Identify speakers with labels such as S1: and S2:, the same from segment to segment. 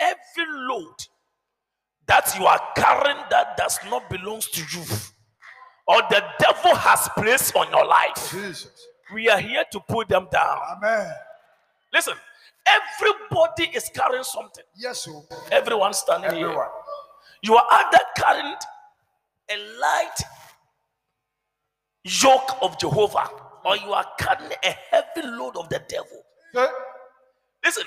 S1: every load that you are carrying that does not belong to you or the devil has placed on your life,
S2: Jesus.
S1: we are here to put them down.
S2: Amen.
S1: Listen, everybody is carrying something.
S2: Yes, oh.
S1: Everyone standing
S2: Everyone.
S1: here. You are either carrying a light yoke of Jehovah or you are carrying a heavy load of the devil.
S2: Say,
S1: Listen,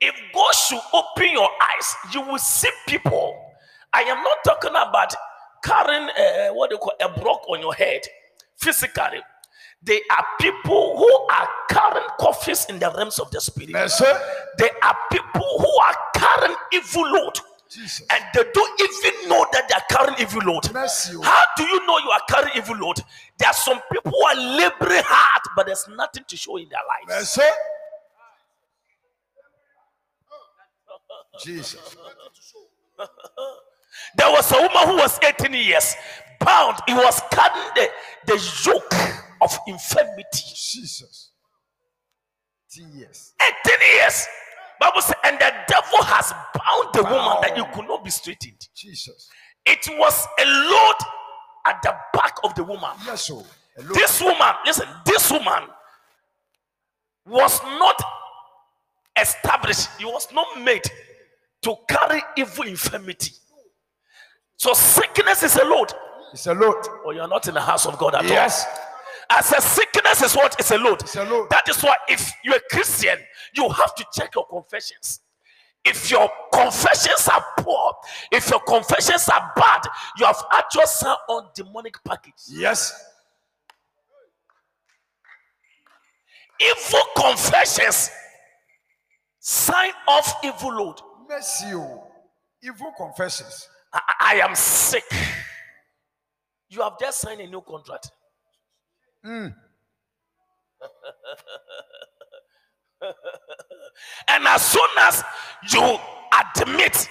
S1: if God should open your eyes, you will see people. I am not talking about carrying uh, what they call a block on your head physically. They are people who are carrying coffins in the realms of the spirit.
S2: Mercy.
S1: There are people who are carrying evil load
S2: Jesus.
S1: and they don't even know that they are carrying evil load.
S2: Mercy. oh.
S1: How do you know you are carrying evil load? There are some people who are laboring hard, but there's nothing to show in their lives.
S2: Mercy. Jesus.
S1: There was a woman who was 18 years bound. He was carrying the, the yoke of infirmity.
S2: Jesus. Yes.
S1: 18 years. Bible says, and the devil has bound the woman that you could not be straightened.
S2: Jesus.
S1: It was a load at the back of the woman.
S2: Yes, oh. Hello.
S1: This woman, listen, this woman was not established, she was not made to carry evil infirmity. So sickness is a load.
S2: It's a load.
S1: or you're not in the house of God at
S2: Yes.
S1: all. As a sickness is what is a load.
S2: a load.
S1: That is why if you're a Christian, you have to check your confessions. If your confessions are poor, if your confessions are bad, you have actually signed on demonic package.
S2: Yes.
S1: Evil confessions sign off evil load.
S2: Mercy. oh. Evil confessions.
S1: I, I- I am sick. You have just signed a new contract.
S2: Mm.
S1: And as soon as you admit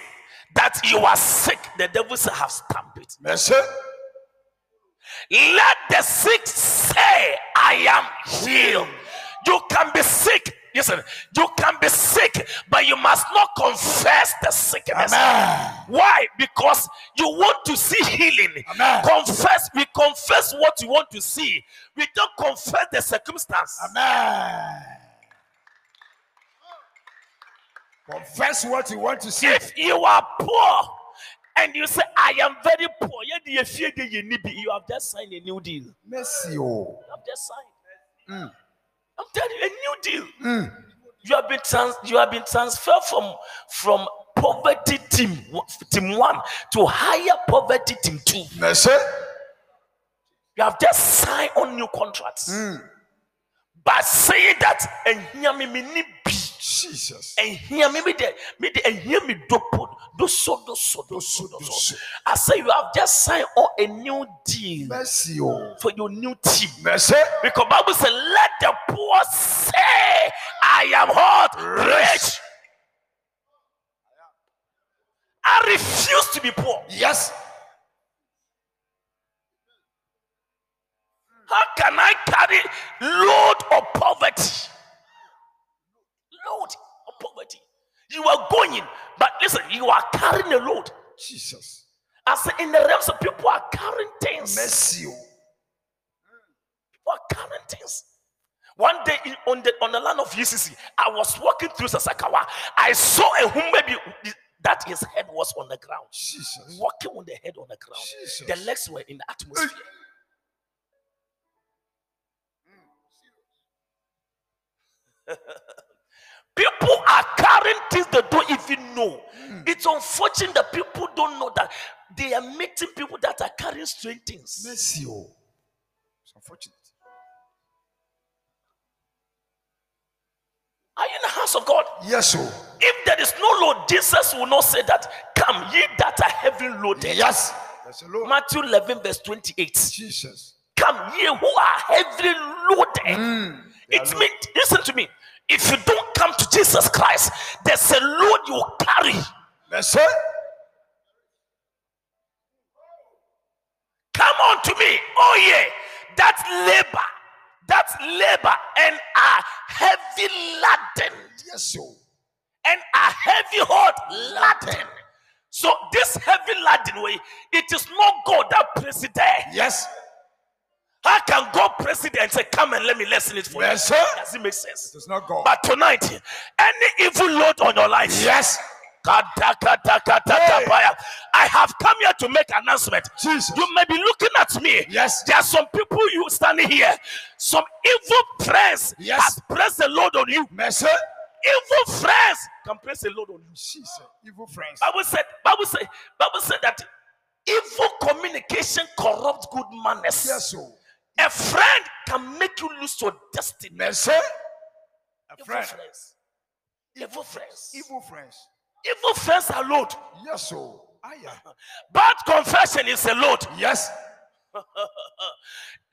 S1: that you are sick, the devil shall have stamped it.
S2: Mercy.
S1: Let the sick say, I am healed. You can be sick. Listen, you can be sick, but you must not confess the sickness.
S2: Amen.
S1: Why? Because you want to see healing.
S2: Amen.
S1: Confess. We confess what you want to see. We don't confess the circumstance.
S2: Amen. Confess what you want to see.
S1: If you are poor and you say, I am very poor, yet you feel that you need it, you have just signed a new deal. You
S2: Mercy. oh.
S1: have just signed.
S2: Mm.
S1: I'm telling you, a new deal.
S2: Mm.
S1: You have been trans- you have been transferred from from poverty team w- team one to higher poverty team two.
S2: Mercy.
S1: You have just signed on new contracts.
S2: Mm.
S1: By saying that and hear me, me ni bi.
S2: Jesus.
S1: And hear me, me de, me de, and hear me do put do so do so do so do so. I say you have just signed on a new deal
S2: Mercy. oh.
S1: for your new team.
S2: Mercy.
S1: Because Bible says, let the poor say, I am hot, rich. I refuse to be poor.
S2: Yes.
S1: How can I carry load of poverty? Load of poverty. You are going, but listen, you are carrying a load.
S2: Jesus.
S1: As in the realms of people are carrying things.
S2: Mercy. oh.
S1: What current things? One day in, on the on the land of UCC, I was walking through Sasakawa. I saw a whom baby that his head was on the ground,
S2: Jesus. Eh.
S1: walking with the head on the ground.
S2: Jesus.
S1: The legs were in the atmosphere. People are carrying things they don't even know. It's unfortunate that people don't know that they are meeting people that are carrying strange things.
S2: Mercy. oh. It's unfortunate.
S1: Are you in the house of God?
S2: Yes. Oh.
S1: If there is no load, Jesus will not say that, Come, ye that are heavy loaded.
S2: Yes. That's a load.
S1: Matthew 11, verse 28.
S2: Jesus.
S1: Come, ye who are heavily loaded. it means, listen to me. If you don't come to Jesus Christ, there's a load you carry.
S2: Mercy.
S1: Come on to me. Oh, yeah. That labor, that labor, and are heavy laden.
S2: Yes. Oh.
S1: and are heavy hot laden. So this heavy laden way, it is not God that prays it there.
S2: Yes.
S1: How can God praise it there and say, Come and let me lessen it for
S2: Yes,
S1: you?
S2: sir.
S1: Does it make sense?
S2: It is not God.
S1: But tonight, any evil load on your life.
S2: yes.
S1: Kadakadakadakabaya. I have come here to make announcement.
S2: Jesus.
S1: You may be looking at me.
S2: Yes.
S1: There are some people you standing here. Some evil friends
S2: Yes.
S1: has placed a load on you.
S2: Mercy.
S1: Evil friends can place a load on you.
S2: Jesus. Evil friends.
S1: Bible said, Bible said, Bible said that evil communication corrupts good manners.
S2: Yes. oh. So.
S1: A friend can make you lose your destiny.
S2: Mercy. A
S1: Evil
S2: friend.
S1: friends. Evil friends. Evil,
S2: Evil friends.
S1: friends are load.
S2: Yes. oh. So. I am.
S1: Bad confession is a load.
S2: Yes.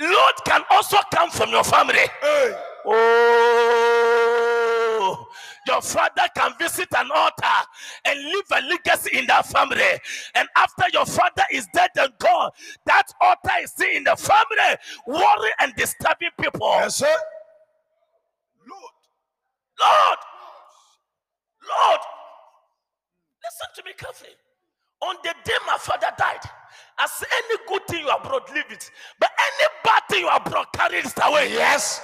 S1: Load can also come from your family.
S2: Hey.
S1: Oh, your father can visit an altar and leave a legacy in that family. And after your father is dead and gone, that altar is still in the family, worrying and disturbing people.
S2: Mercy. Lord.
S1: Lord, Lord, listen to me carefully. On the day my father died, I said, Any good thing you have brought, leave it. But any bad thing you have brought, carry it away.
S2: Yes.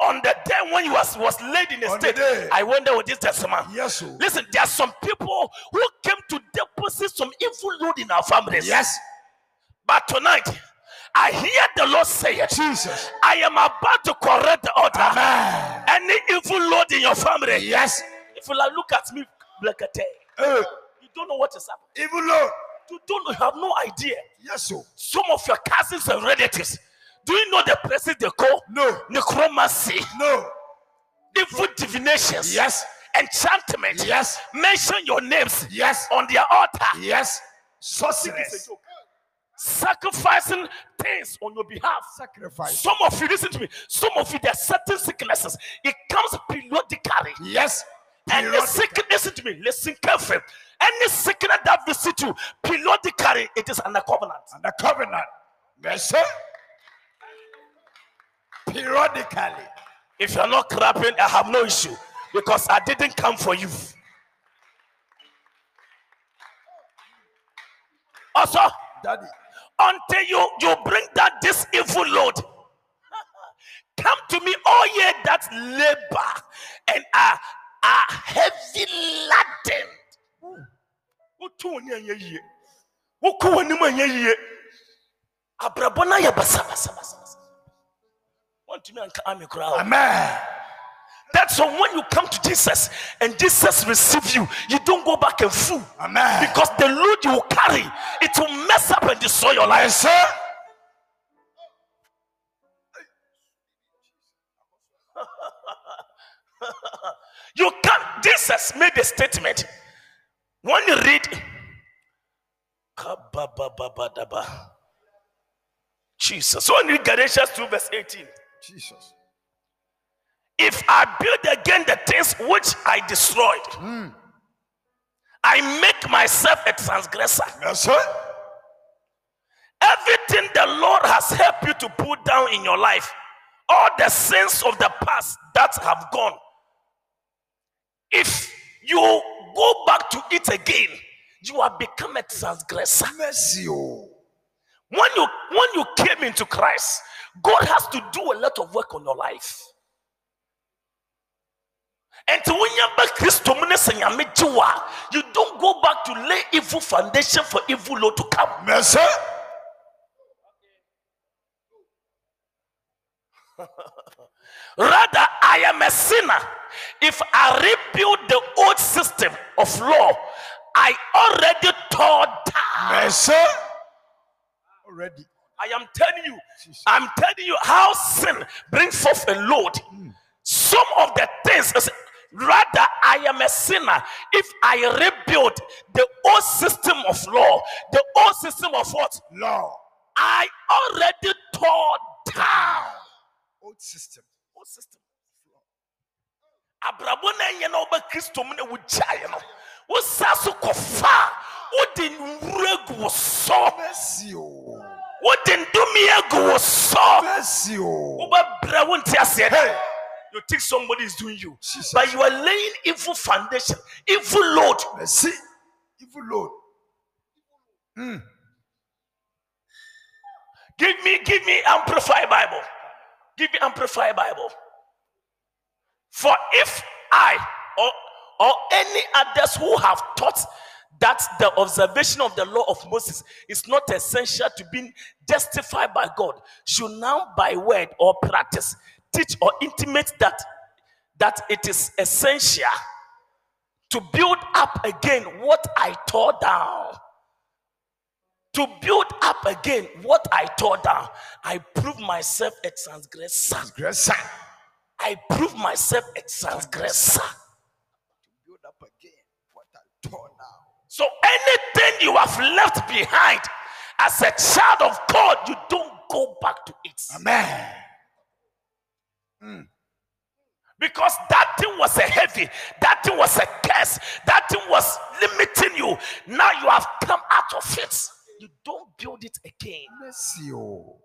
S1: On the day when you was, was laid in the
S2: On the
S1: state,
S2: day.
S1: I went there with this testimony.
S2: Yes. oh. So.
S1: Listen, there are some people who came to deposit some evil load in our families.
S2: Yes.
S1: But tonight, I hear the Lord say it.
S2: Jesus.
S1: I am about to correct the order.
S2: Amen.
S1: Any evil load in your family,
S2: Yes.
S1: If you like, look at me, Blackate,
S2: Hey.
S1: you don't know what is happening.
S2: Evil Eh, Lord.
S1: You don't you have no idea.
S2: Yes. oh. So.
S1: Some of your cousins and relatives, do you know the places they call
S2: No.
S1: necromancy,
S2: No.
S1: evil divinations,
S2: Yes.
S1: enchantment?
S2: Yes.
S1: Mention your names
S2: Yes.
S1: on their altar.
S2: Yes.
S1: It's a
S2: Sorceress.
S1: joke. Sacrificing things on your behalf.
S2: Sacrifice.
S1: Some of you, listen to me. Some of you, there are certain sicknesses. It comes periodically.
S2: Yes.
S1: And the
S2: Periodic-
S1: sickness, listen to me, listen carefully. Any sickness that visit you periodically, it is under covenant.
S2: and the covenant. Mercy. Periodically.
S1: If you're not clapping, I have no issue because I didn't come for you. Also,
S2: Daddy.
S1: until you, you bring that this evil load, come to me, all ye that labor and are, are heavy laden. wotu wɔ ne anyɛ yie wokɔ w'anim anyɛ yie abrabɔ no ayɛ basabasabasabasa wantumi anka ame koraa o.
S2: Amen.
S1: that's why when you come to jesus and jesus receive you you don't go back and fool
S2: Amen.
S1: because the load you carry it will mess up and destroy your life
S2: Mercy.
S1: you can't jesus made a statement when you read Kababababadaba. jesus so when you read galatians 2 verse 18
S2: Jesus.
S1: If I build again the things which I destroyed, I make myself a transgressor.
S2: Mercy.
S1: Everything the Lord has helped you to put down in your life, all the sins of the past that have gone, if you go back to it again, you have become a transgressor.
S2: Mercy. oh.
S1: When you when you came into Christ, God has to do a lot of work on your life. And to when you're back Christo minister, you are made to wa, you don't go back to lay evil foundation for evil law to come.
S2: Mercy.
S1: Rather, I am a sinner. If I rebuild the old system of law, I already tore down.
S2: Mercy. Already.
S1: I am telling you, I'm telling you how sin brings forth a load. Some of the things, is- rather, I am a sinner. If I rebuild the old system of law, the old system of what
S2: Law.
S1: I already tore down.
S2: Old system.
S1: Old system. Abrabɔ na ɛnyɛ na ɔbɛ kristo mu na wogyaeɛ no wosa so kɔfa a, wode nwura gu wo sɔ
S2: Mercy. oh.
S1: wode ndome agu wo sɔ
S2: Mercy. oh.
S1: wobɛbrɛ wo nte aseɛ
S2: Hey.
S1: you think somebody is doing you.
S2: Jesus.
S1: But you are laying evil foundation, evil load.
S2: Mercy. Evil load.
S1: Give me, give me amplified Bible. Give me amplified Bible. For if I or, or any others who have taught that the observation of the law of Moses is not essential to being justified by God, should now by word or practice teach or intimate that that it is essential to build up again what I tore down to build up again what I tore down. I prove myself a transgressor.
S2: Transgressor.
S1: I prove myself a transgressor.
S2: Build up again. What I tore now.
S1: So anything you have left behind as a child of God, you don't go back to it.
S2: Amen.
S1: Because that thing was a heavy, that thing was a curse, that thing was limiting you. Now you have come out of it. You don't build it again.
S2: Mercy. Oh.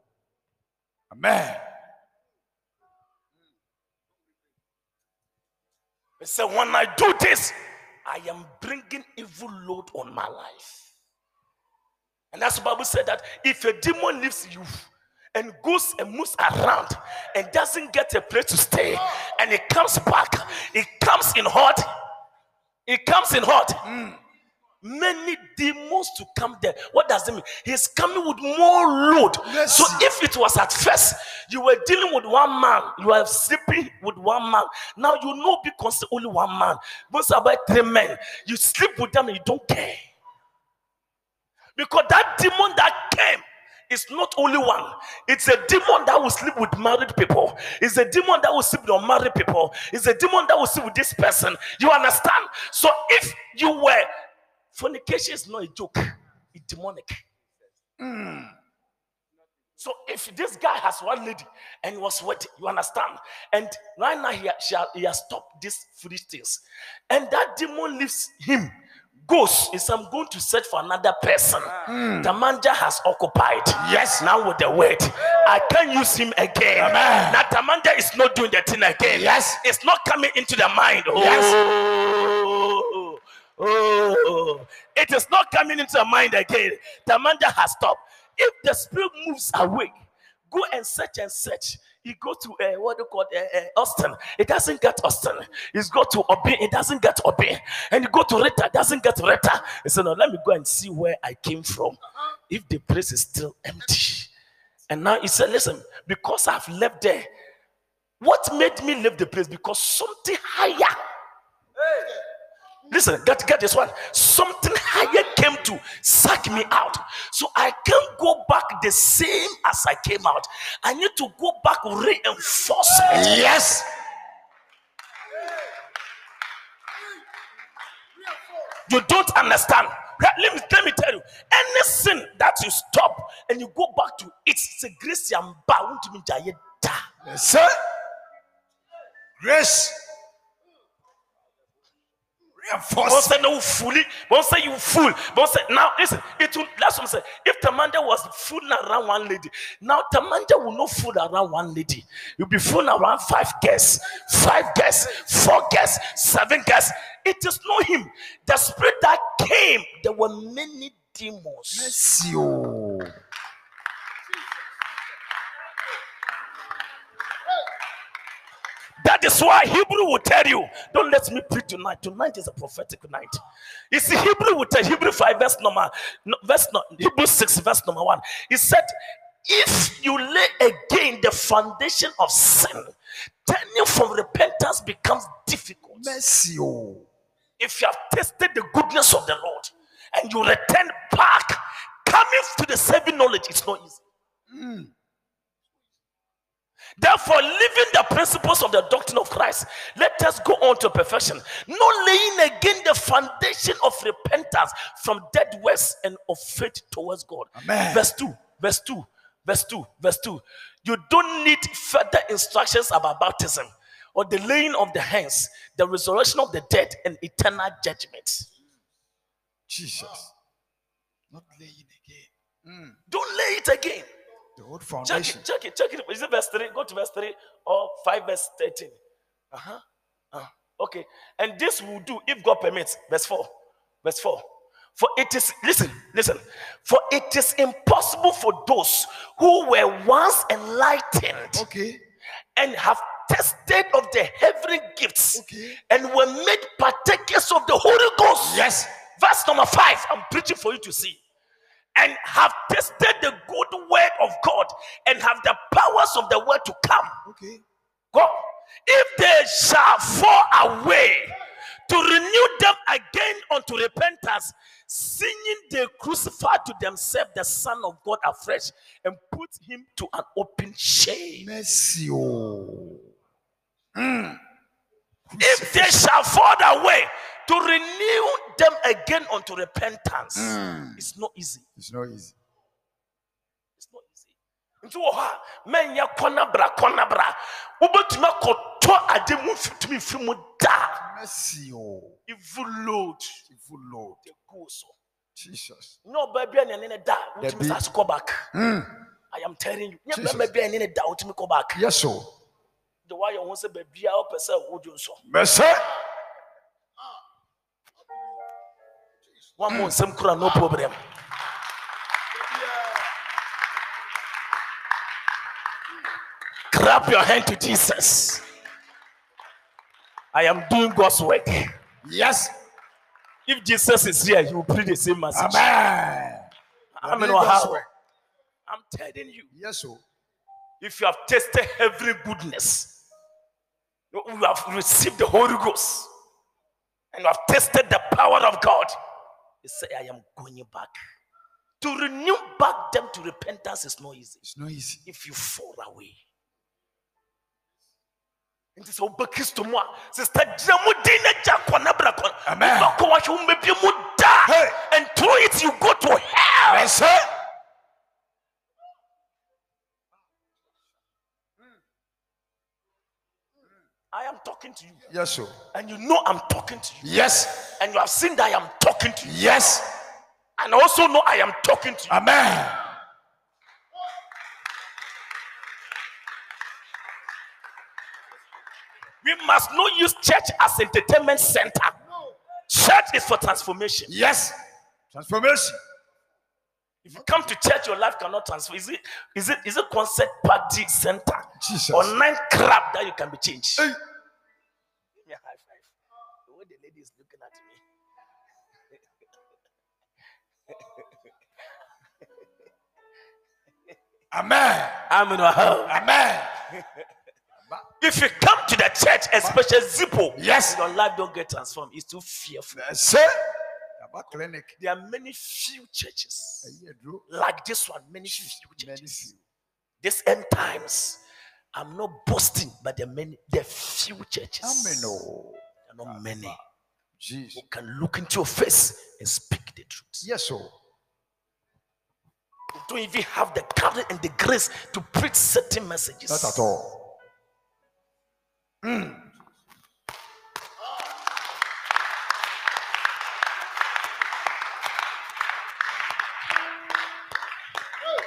S2: Amen.
S1: He said, When I do this, I am bringing evil load on my life. And that's the Bible said that if a demon leaves you and goes and moves around and doesn't get a place to stay, and it comes back, it comes in hot, it comes in hot. Many demons to come there. What does it mean? He's coming with more load.
S2: Yes.
S1: So if it was at first you were dealing with one man, you are sleeping with one man. Now you know because only one man. Most about three men. You sleep with them and you don't care. Because that demon that came is not only one. It's a demon that will sleep with married people. It's a demon that will sleep with unmarried people. It's a demon that will sleep with this person. You understand? So if you were fornication is not a joke, it's demonic. So if this guy has one lady and he was waiting, you understand? And right now he, ha- she ha- he has stopped these foolish things. And that demon leaves him, goes, is I'm going to search for another person. The manja has occupied. Yes. Now with the word, I can't use him again.
S2: Amen.
S1: Now the manja is not doing the thing again.
S2: Yes.
S1: It's not coming into the mind. Oh.
S2: Yes.
S1: Oh, it is not coming into the mind again. The manja has stopped. If the spirit moves away, go and search and search. You go to uh, what do you call uh, uh, Austin? It doesn't get Austin. It's go to Obi. It doesn't get Obi. And you go to Rita. It doesn't get Rita. He said, "No, let me go and see where I came from. If the place is still empty." And now he said, "Listen, because I've left there, what made me leave the place? Because something higher. Listen, get, get this one. Something higher came to suck me out. So I can't go back the same as I came out. I need to go back reinforced.
S2: Yes.
S1: You don't understand. Let let me, let me tell you, any sin that you stop and you go back to it, it's a grace and bound to me. jaye da.
S2: Mercy. Grace.
S1: But
S2: Reinforce.
S1: say no fully, but say you fool, but say now listen, it will that's what I'm saying. If Tamanda was fooling around one lady, now Tamanda will not fool around one lady. You'll be fooling around five guests, five guests, four guests, seven guests. It is not him. The spirit that came, there were many demons.
S2: Mercy. Oh.
S1: That is why Hebrew will tell you, don't let me preach tonight. Tonight is a prophetic night. You see, Hebrew will tell Hebrew 5, verse number no, verse no, Hebrew 6, verse number 1. He said, If you lay again the foundation of sin, turning from repentance becomes difficult.
S2: Mercy. Oh.
S1: If you have tasted the goodness of the Lord and you return back, coming to the saving knowledge is not easy. Therefore, living the principles of the doctrine of Christ, let us go on to perfection, not laying again the foundation of repentance from dead works and of faith towards God.
S2: Amen.
S1: Verse 2, verse 2, verse 2, verse 2. You don't need further instructions about baptism or the laying of the hands, the resurrection of the dead, and eternal judgment.
S2: Jesus. Not laying again. Hmm.
S1: Don't lay it again.
S2: The old
S1: Check it,
S2: foundation.
S1: check it, check it. Is it verse 3? Go to verse 3 or 5, verse 13. Uh-huh. Uh, okay. And this will do if God permits. Verse 4. Verse 4. For it is, listen, listen. For it is impossible for those who were once enlightened
S2: Okay.
S1: and have tasted of the heavenly gifts
S2: Okay.
S1: and were made partakers of the Holy Ghost.
S2: Yes.
S1: Verse number five, I'm preaching for you to see. And have tasted the good word of God and have the powers of the word to come.
S2: Okay.
S1: God, if they shall fall away to renew them again unto repentance, seeing they crucified to themselves the Son of God afresh and put him to an open shame.
S2: Mercy. oh.
S1: If they shall fall away to renew them again unto repentance,
S2: Mm.
S1: it's not easy.
S2: It's not easy.
S1: It's not easy. Nti wɔ hɔ a mɛnyɛ kɔnabra kɔnabra wobɛtumi akɔtɔ ade mu mfitumi mfiri mu daa
S2: Mercy. oh.
S1: evil load
S2: Merciful Lord.
S1: ɛguo so
S2: Jesus.
S1: nyɛ ɔbaa bi a ne ne da wotumi
S2: Dabi.
S1: saa so kɔ back
S2: Mm.
S1: i am telling you nyɛ
S2: Jesus.
S1: bɛrima bi a ne ne da wotumi kɔ back
S2: Yes, oh.
S1: de woayɛ ho sɛ baabia wopɛ sɛ wodwo nsɔ
S2: Mercy.
S1: woama wo nsɛm kora no problem clap your hand to jesus i am doing god's work
S2: Yes.
S1: if jesus is here he will preach the same message
S2: Amen.
S1: I'm, in
S2: Your
S1: Ohio.
S2: neighbor's work.
S1: I'm telling you
S2: Yes, oh.
S1: if you have tasted every goodness, you you have received the Holy Ghost, and you have tasted the power of God, you say, I am going back. To renew back them to repentance is not easy
S2: It's not easy.
S1: if you fall away. nti sɛ wobɛ kristo mu a sister gyina mu din na gya kɔnabra kɔn
S2: Amen.
S1: wobɛkɔ wahwɛ wo mmɛbie mu da
S2: Hey.
S1: and through it you go to hell
S2: Mercy.
S1: i am talking to you
S2: Yes, oh.
S1: and you know i'm talking to you
S2: Yes.
S1: and you have seen that I am talking to you,
S2: Yes.
S1: and also know I am talking to you.
S2: Amen.
S1: We must not use church as entertainment center. Church is for transformation.
S2: Yes. Transformation.
S1: If you come to church, your life cannot transform. Is it is it is it concert party center
S2: Jesus.
S1: or nine crap that you can be changed?
S2: Hey.
S1: Give me a high five. The way the lady is looking at me.
S2: Amen.
S1: I'm in a hell.
S2: Amen.
S1: If you come to the church, especially Zippo,
S2: Yes.
S1: your life don't get transformed. It's too fearful.
S2: Mercy. Aba clinic.
S1: There are many few churches.
S2: Ɛyi aduro.
S1: like this one, many few
S2: Many
S1: churches.
S2: few.
S1: This end times, I'm not boasting, but there are many, there are few churches.
S2: Amen. oh.
S1: There are not many
S2: Jesus.
S1: who can look into your face and speak the truth.
S2: Yes, oh.
S1: You don't even have the courage and the grace to preach certain messages.
S2: Not at all.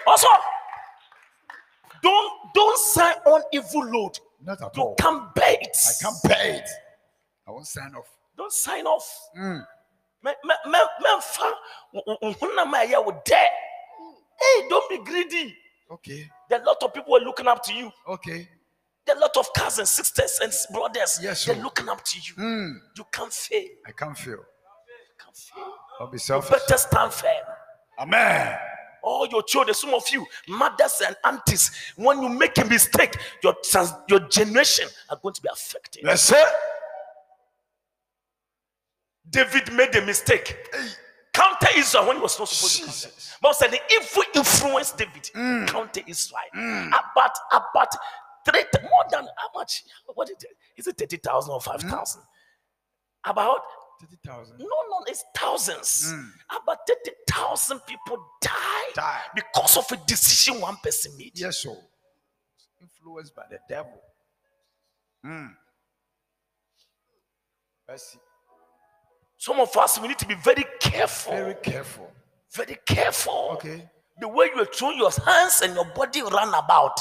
S1: Also, don't don't sign on evil load.
S2: Not at
S1: You
S2: all.
S1: can't bear it.
S2: I can't pay it. I won't sign off.
S1: Don't sign off.
S2: Mm.
S1: Me- me- me- memfa wo- wo- wo honam a ɛyɛ wo dɛ. Hey, don't be greedy.
S2: Okay.
S1: There are a lot of people who are looking up to you.
S2: Okay.
S1: There are a lot of cousins, sisters, and s- brothers.
S2: Yes,
S1: They're
S2: sir.
S1: looking up to you.
S2: Mm.
S1: You can't fail. You
S2: I can't feel.
S1: can't fail.
S2: I'll be selfish.
S1: Better stand firm.
S2: Amen.
S1: All your children, some of you, mothers and aunties, when you make a mistake, your trans- your generation are going to be affected.
S2: Mercy.
S1: David made a mistake. Counter Israel when he was not supposed to counter.
S2: Jesus. Mm.
S1: But said the evil influenced David. Counter Israel. About about three more than how much? What is it? Is it thirty thousand or five thousand?
S2: Mm.
S1: About
S2: 30,000.
S1: no, no, it's thousands.
S2: Mm.
S1: About thirty thousand people died
S2: Die.
S1: because of a decision one person made.
S2: Yes, oh. Influenced by the devil. Mm. Mercy.
S1: Some of us we need to be very careful.
S2: Very
S1: Very,
S2: careful.
S1: careful.
S2: Okay.
S1: The way you throw your hands and your body run about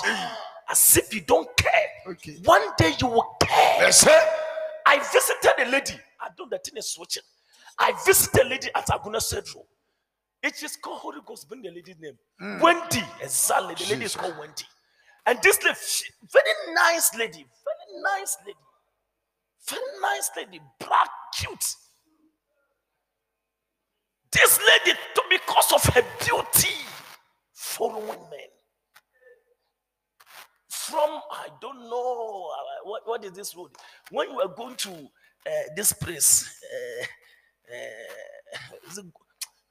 S1: as if you don't care.
S2: Okay.
S1: One day you will care.
S2: Ɛsɛ.
S1: I visited a lady. I don't the thing is switching. I visited a lady at Aguna Central. It is called Holy Ghost. Bring the lady's name. Wendy. Exactly. The lady is
S2: Jesus.
S1: called Wendy. And this lady, she- very nice lady. Very nice lady. Very nice lady. Black, cute. This lady, to, because of her beauty, following men. From, I don't know, uh, what, what is this road? When you are going to uh, this place, uh, uh, is it, Go-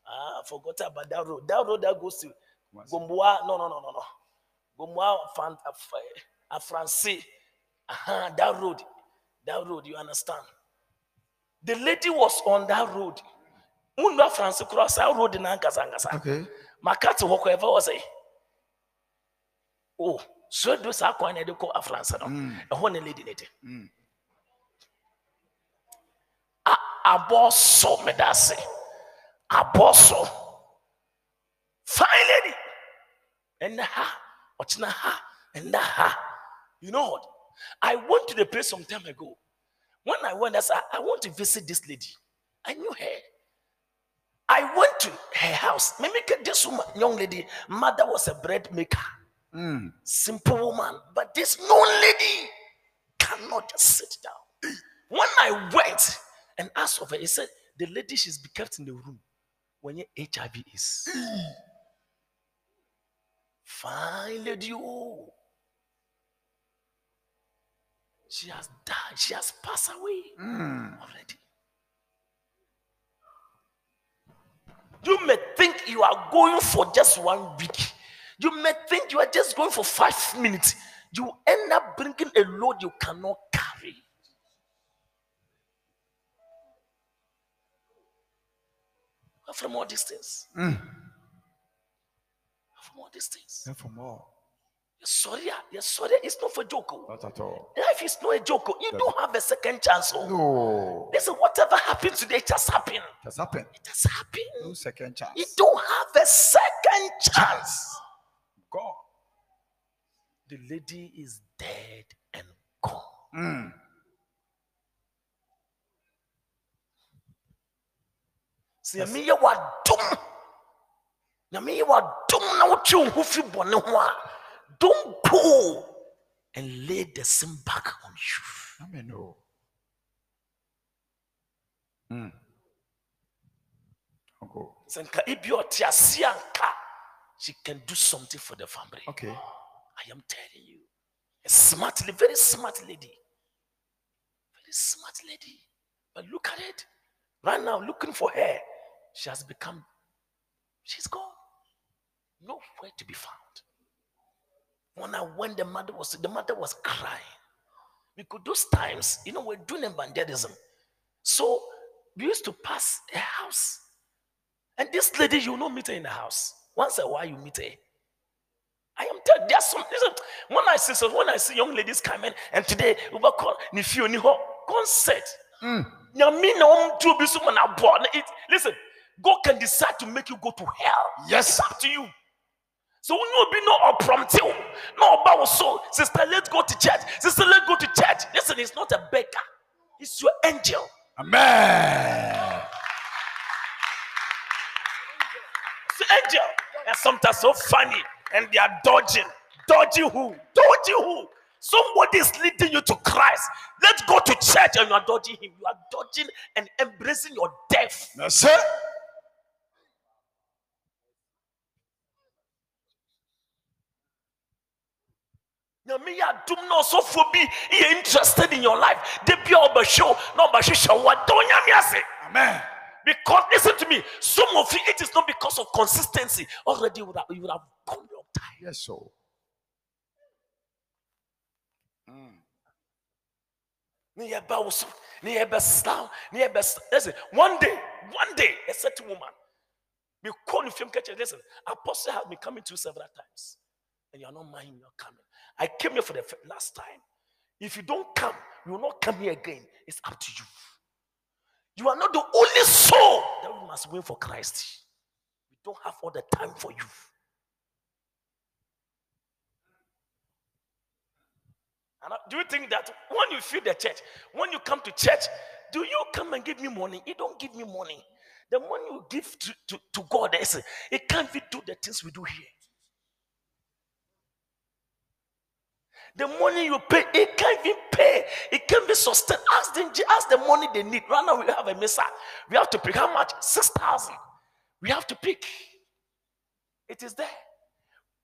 S1: ah, I forgot about that road. That road that goes to
S2: Kumasi.
S1: Gomboa, no, no, no, no, no. Gomboa, Fan, Af- eh, Afranse. Uh-huh, that road, that road, you understand? The lady was on that road. Mundu Afranse cross that road in Angasangasa.
S2: Okay.
S1: makati hɔ kɔ ɛfɛ wɔ sɛ o suedo saa kwan na yɛde kɔ afransa no ɛhɔ ne lady ne de A- abɔ so meda ase abɔ so fine lady ɛnɛ ha ɔkyena ha ɛnɛ ha you know what i went to the place some time ago when i went there i i want to visit this lady i knew her I went to her house. Maybe this woman, young lady, mother was a bread maker,
S2: Mm.
S1: simple woman. But this known lady cannot just sit down. When I went and asked of her, he said, the lady she's be kept in the room when your HIV is. Fine lady. oh. She has died. She has passed away already. You may think you are going for just one week. You may think you are just going for five minutes. You end up bringing a load you cannot carry. From all these things. From all these things.
S2: And for more.
S1: Sorry, ah, yeah, sorry, it's not for joke. oh.
S2: Not at all.
S1: Life is not a joke. oh. You don't have a second chance. Oh.
S2: No.
S1: Listen, whatever happened today, it just happened.
S2: It has happened.
S1: It has happened.
S2: No second chance.
S1: You don't have a second chance.
S2: God.
S1: The lady is dead and gone.
S2: Mm.
S1: Sɛ Nyame yɛ wadom. Nyame yɛ wadom na wotwe wo ho fi bɔne ho a, don't go and lay the sin back on you.
S2: I mean, no. Mm. Uncle.
S1: Sɛ nka ebi ɔte ase a nka she can do something for the family.
S2: Okay.
S1: I am telling you. A smart, la- very smart lady. Very smart lady. But look at it. Right now, looking for her, she has become, she's gone. Nowhere to be found. When I went, the mother was, the mother was crying. Because those times, you know, we're doing evangelism. So we used to pass a house. And this lady, you not meet her in the house. Once a while, you meet her. I am telling there's some listen, when I see so when I see young ladies coming and today Uber call Nifio Niho concert.
S2: Mm.
S1: Nyame na ɔmo tu obi so ma na bɔ. Na it- Listen, God can decide to make you go to hell.
S2: Yes.
S1: It's up to you. So when you be no prompted, no about so sister, let's go to church. Sister, let's go to church. Listen, it's not a beggar, it's your angel.
S2: Amen.
S1: It's your angel. And sometimes so funny, and they are dodging. Dodging who? Dodging who? Somebody is leading you to Christ. Let's go to church, and you are dodging him. You are dodging and embracing your death.
S2: That's it.
S1: nyame yɛ adom na ɔsɔfoɔ bi yɛ interested in your life da bia ɔbɛhwɛ wo na ɔbɛhwehwɛ wo ada wo nyame ase
S2: Amen.
S1: because listen to me some of you it is not because of consistency already you would have, you would have gone your time
S2: Yes, so.
S1: ne yɛbɛ wo so ne yɛbɛsra wo ne yɛbɛs- listen one day one day a certain woman mekɔ ne fam ka kyerɛ listen apostle has been coming to you several times and you are not minding your coming i came here for the fir- last time if you don't come you will not come here again it's up to you You are not the only soul that we must win for Christ. We don't have all the time for you. And I- do you think that when you feel the church, when you come to church, do you come and give me money? You don't give me money. The money you give to, to, to God, is, it can't even do the things we do here. The money you pay, it can't even pay. It can't be sustained. Ask them, ask the money they need. Right now, we have a missile. We have to pick how much? 6,000. We have to pick. It is there.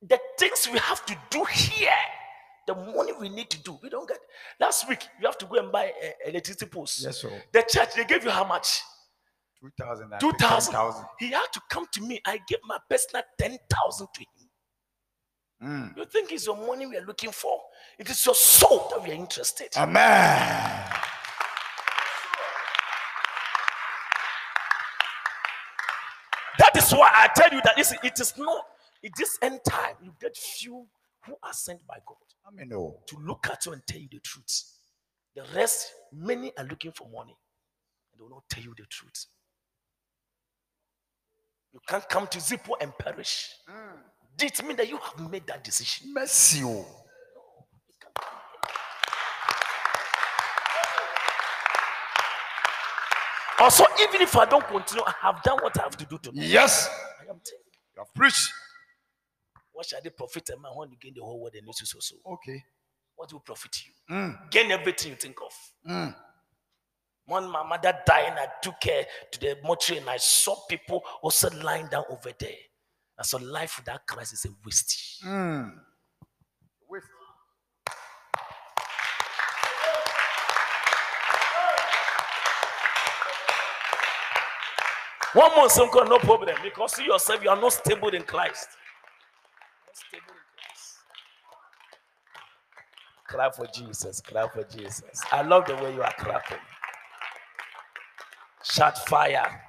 S1: The things we have to do here, the money we need to do, we don't get. Last week, you have to go and buy a, electricity post.
S2: Yes, sir.
S1: The church, they gave you how much?
S2: 2,000. I paid
S1: 2,000.
S2: 10,000.
S1: He had to come to me. I gave my personal 10,000 to him.
S2: Mm.
S1: You think it's your money we are looking for? It is your soul that we are interested.
S2: Amen.
S1: That is why I tell you that listen, it is not in this end time you get few who are sent by God
S2: Amen. oh.
S1: to look at you and tell you the truth. The rest, many are looking for money and they will not tell you the truth. You can't come to Zippo and perish. It means that you have made that decision.
S2: Mercy. oh.
S1: Also, even if I don't continue, I have done what I have to do tonight.
S2: Yes.
S1: I am telling you.
S2: You have preached.
S1: What shall they profit a man when you gain the whole world and lose his own soul?
S2: Okay.
S1: What will profit you?
S2: Mm.
S1: Gain everything you think of.
S2: Mm.
S1: When my mother died, and I took her to the mortuary, and I saw people also lying down over there. I saw life without Christ is a waste.
S2: Mm. Waste.
S1: One more song, no problem, because you yourself you are not stable in Christ. Not stable in Christ. Cry for Jesus, cry for Jesus. I love the way you are clapping. Shot fire,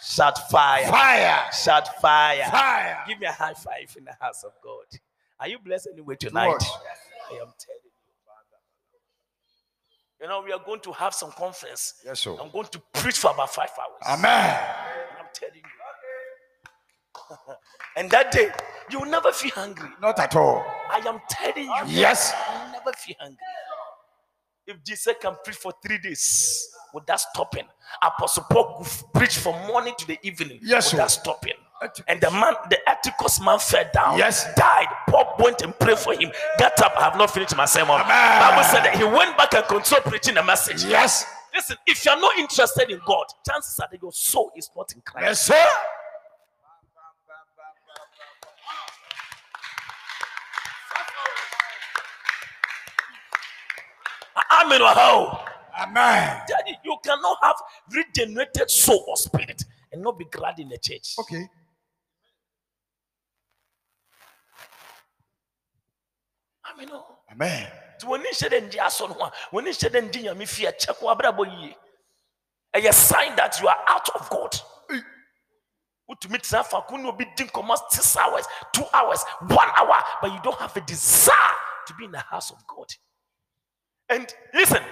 S1: shot fire,
S2: Fire.
S1: shot fire.
S2: Fire.
S1: Give me a high five in the house of God. Are you blessed anyway tonight?
S2: much.
S1: I am telling you. You know, we are going to have some conference.
S2: Yes, sir.
S1: I'm going to preach for about five hours.
S2: Amen.
S1: I'm telling you. and that day, you will never feel hungry.
S2: Not at all.
S1: I am telling you,
S2: Yes.
S1: you will never feel hungry. If Jesus can preach for three days without stopping, Apostle Paul could preach from morning to the evening
S2: Yes, sir.
S1: without stopping.
S2: Atticus.
S1: And the man, the Atticus man fell down,
S2: Yes.
S1: died. Paul went and prayed for him. Got up, I have not finished my sermon.
S2: Amen.
S1: Bible said that he went back and continued preaching the message.
S2: Yes.
S1: Listen, if you're not interested in God, chances are that your soul is not in Christ.
S2: Yes, sir.
S1: I'm in a hole.
S2: Amen.
S1: Daddy, you cannot have regenerated soul or spirit and not be glad in the church.
S2: Okay.
S1: I mean, no.
S2: Amen.
S1: Nti w'ani nhyɛ da ngye asɔ no ho a, w'ani nhyɛ da ngye Nyame fie a, kyɛ kɔ w'abrabɔ yie. Ɛyɛ sign that you are out of God.
S2: Ei.
S1: Wotumi tena faako ne obi di nkɔmmɔ six hours, two hours, one hour, but you don't have a desire to be in the house of God. And listen,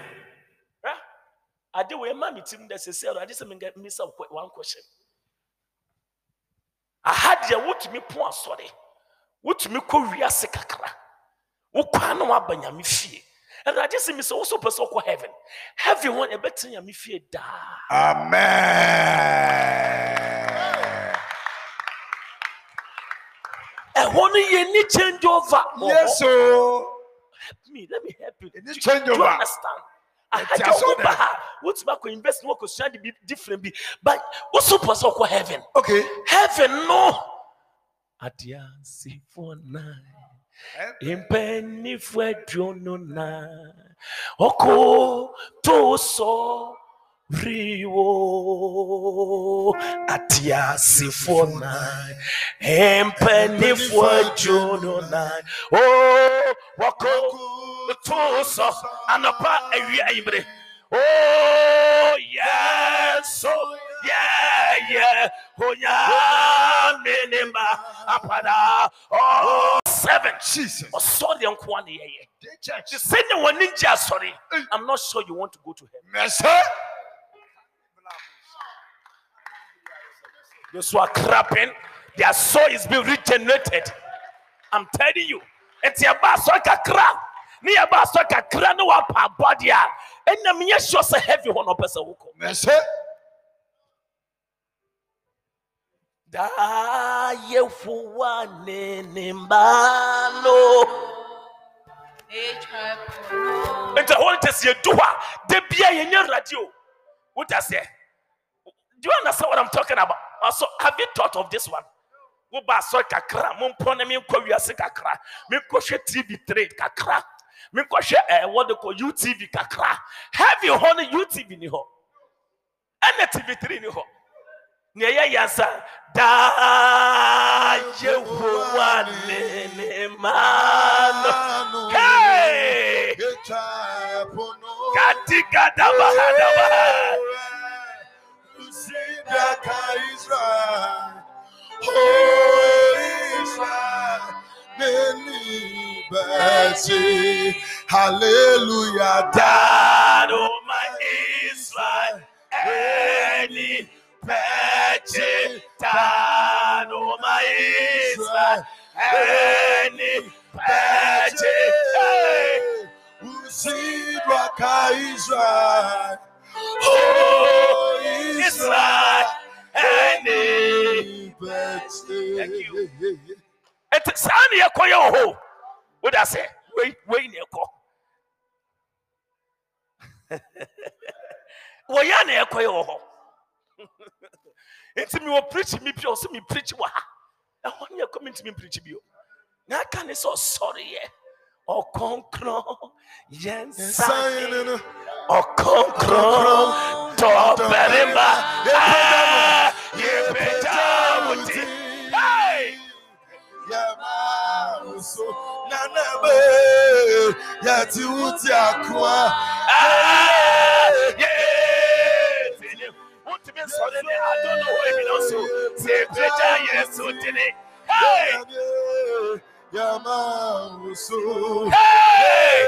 S1: eh, ade wei ɛma me tirim dɛ seesei Awurade sɛ menka- memmisa wo que- one question. Aha deɛ wotumi po asɔre, wotumi kɔ wiase kakra. wokɔa na woaba nyame fie awurade se me sɛ wo so pɛ sɛ wokɔ heaven heaven hɔ no, ɛbɛtena nyame fie daa
S2: Amen.
S1: ɛhɔ no yɛni change over wɔ hɔ.
S2: Yes, sir.
S1: help me let me help you
S2: Yɛnni
S1: Do-
S2: change
S1: do you
S2: over.
S1: understand
S2: Yɛte
S1: ahagya
S2: aso
S1: wo
S2: dɛ.
S1: ba ha wotumi akɔ invest no wakɔsua de bi different bi but wo so pɛ sɛ wokɔ heaven
S2: Okay.
S1: heaven no adeɛ asefo nan impenifu eduonu na ọkụ toso riwo ati asifo na impenifu eduonu na o ọkụ toso anapa ewi eyimire o yeso yeye onyaminima apada o seven
S2: Jesus.
S1: ɔsɔre nko a na yɛyɛ
S2: The church.
S1: sɛnea w'ani gye asɔre i'm not sure you want to go to heaven
S2: Mercy.
S1: those who are crapping their soul is being regenerated i'm telling you ɛti ɛba asɔre kakra ne yɛba sɔ kakra ne wapa abɔde a ɛnam yɛ sure sɛ heavy hɔ na ɔpɛ sɛ wokɔ
S2: Mercy.
S1: daa yɛfowa ne ne mma no nti hɔ nte sɛ yɛdu hɔ a da bia yɛnyɛ radio wote aseɛ do you understand what i'm talking about also have you thought of this one woba asɔre kakra mompɔ ne menkɔ wiase kakra menkɔhwɛ tv 3 kakra menkɔhwɛ eh, what they call utv kakra heavy hɔ no utv ni hɔ ɛnɛ tv 3 ni hɔ nea ɛyɛ yɛn nsa daa yehowa ne ne ma no hey katikadabahadabaha
S3: Hallelujah.
S1: God, oh my Israel, any purchase. God, oh my Israel, any purchase.
S3: Usidraka Israel.
S1: Oh, Israel, any.
S3: Thank you.
S1: It is only a coyo ho. What I say, wait, wait, Neko. Wayane a coyo ho. It's me will preach me, pure, see me preach wa. Now, when you're coming to me, preach you. Now, can it so sorry, yeah? Or conquer, yes,
S3: Sign
S1: or conquer, top, berimba, ye better, hey! wotumi nsɔre ne ado no hɔ ebi no so sɛ efiragya yɛ so dene Hey! Hey!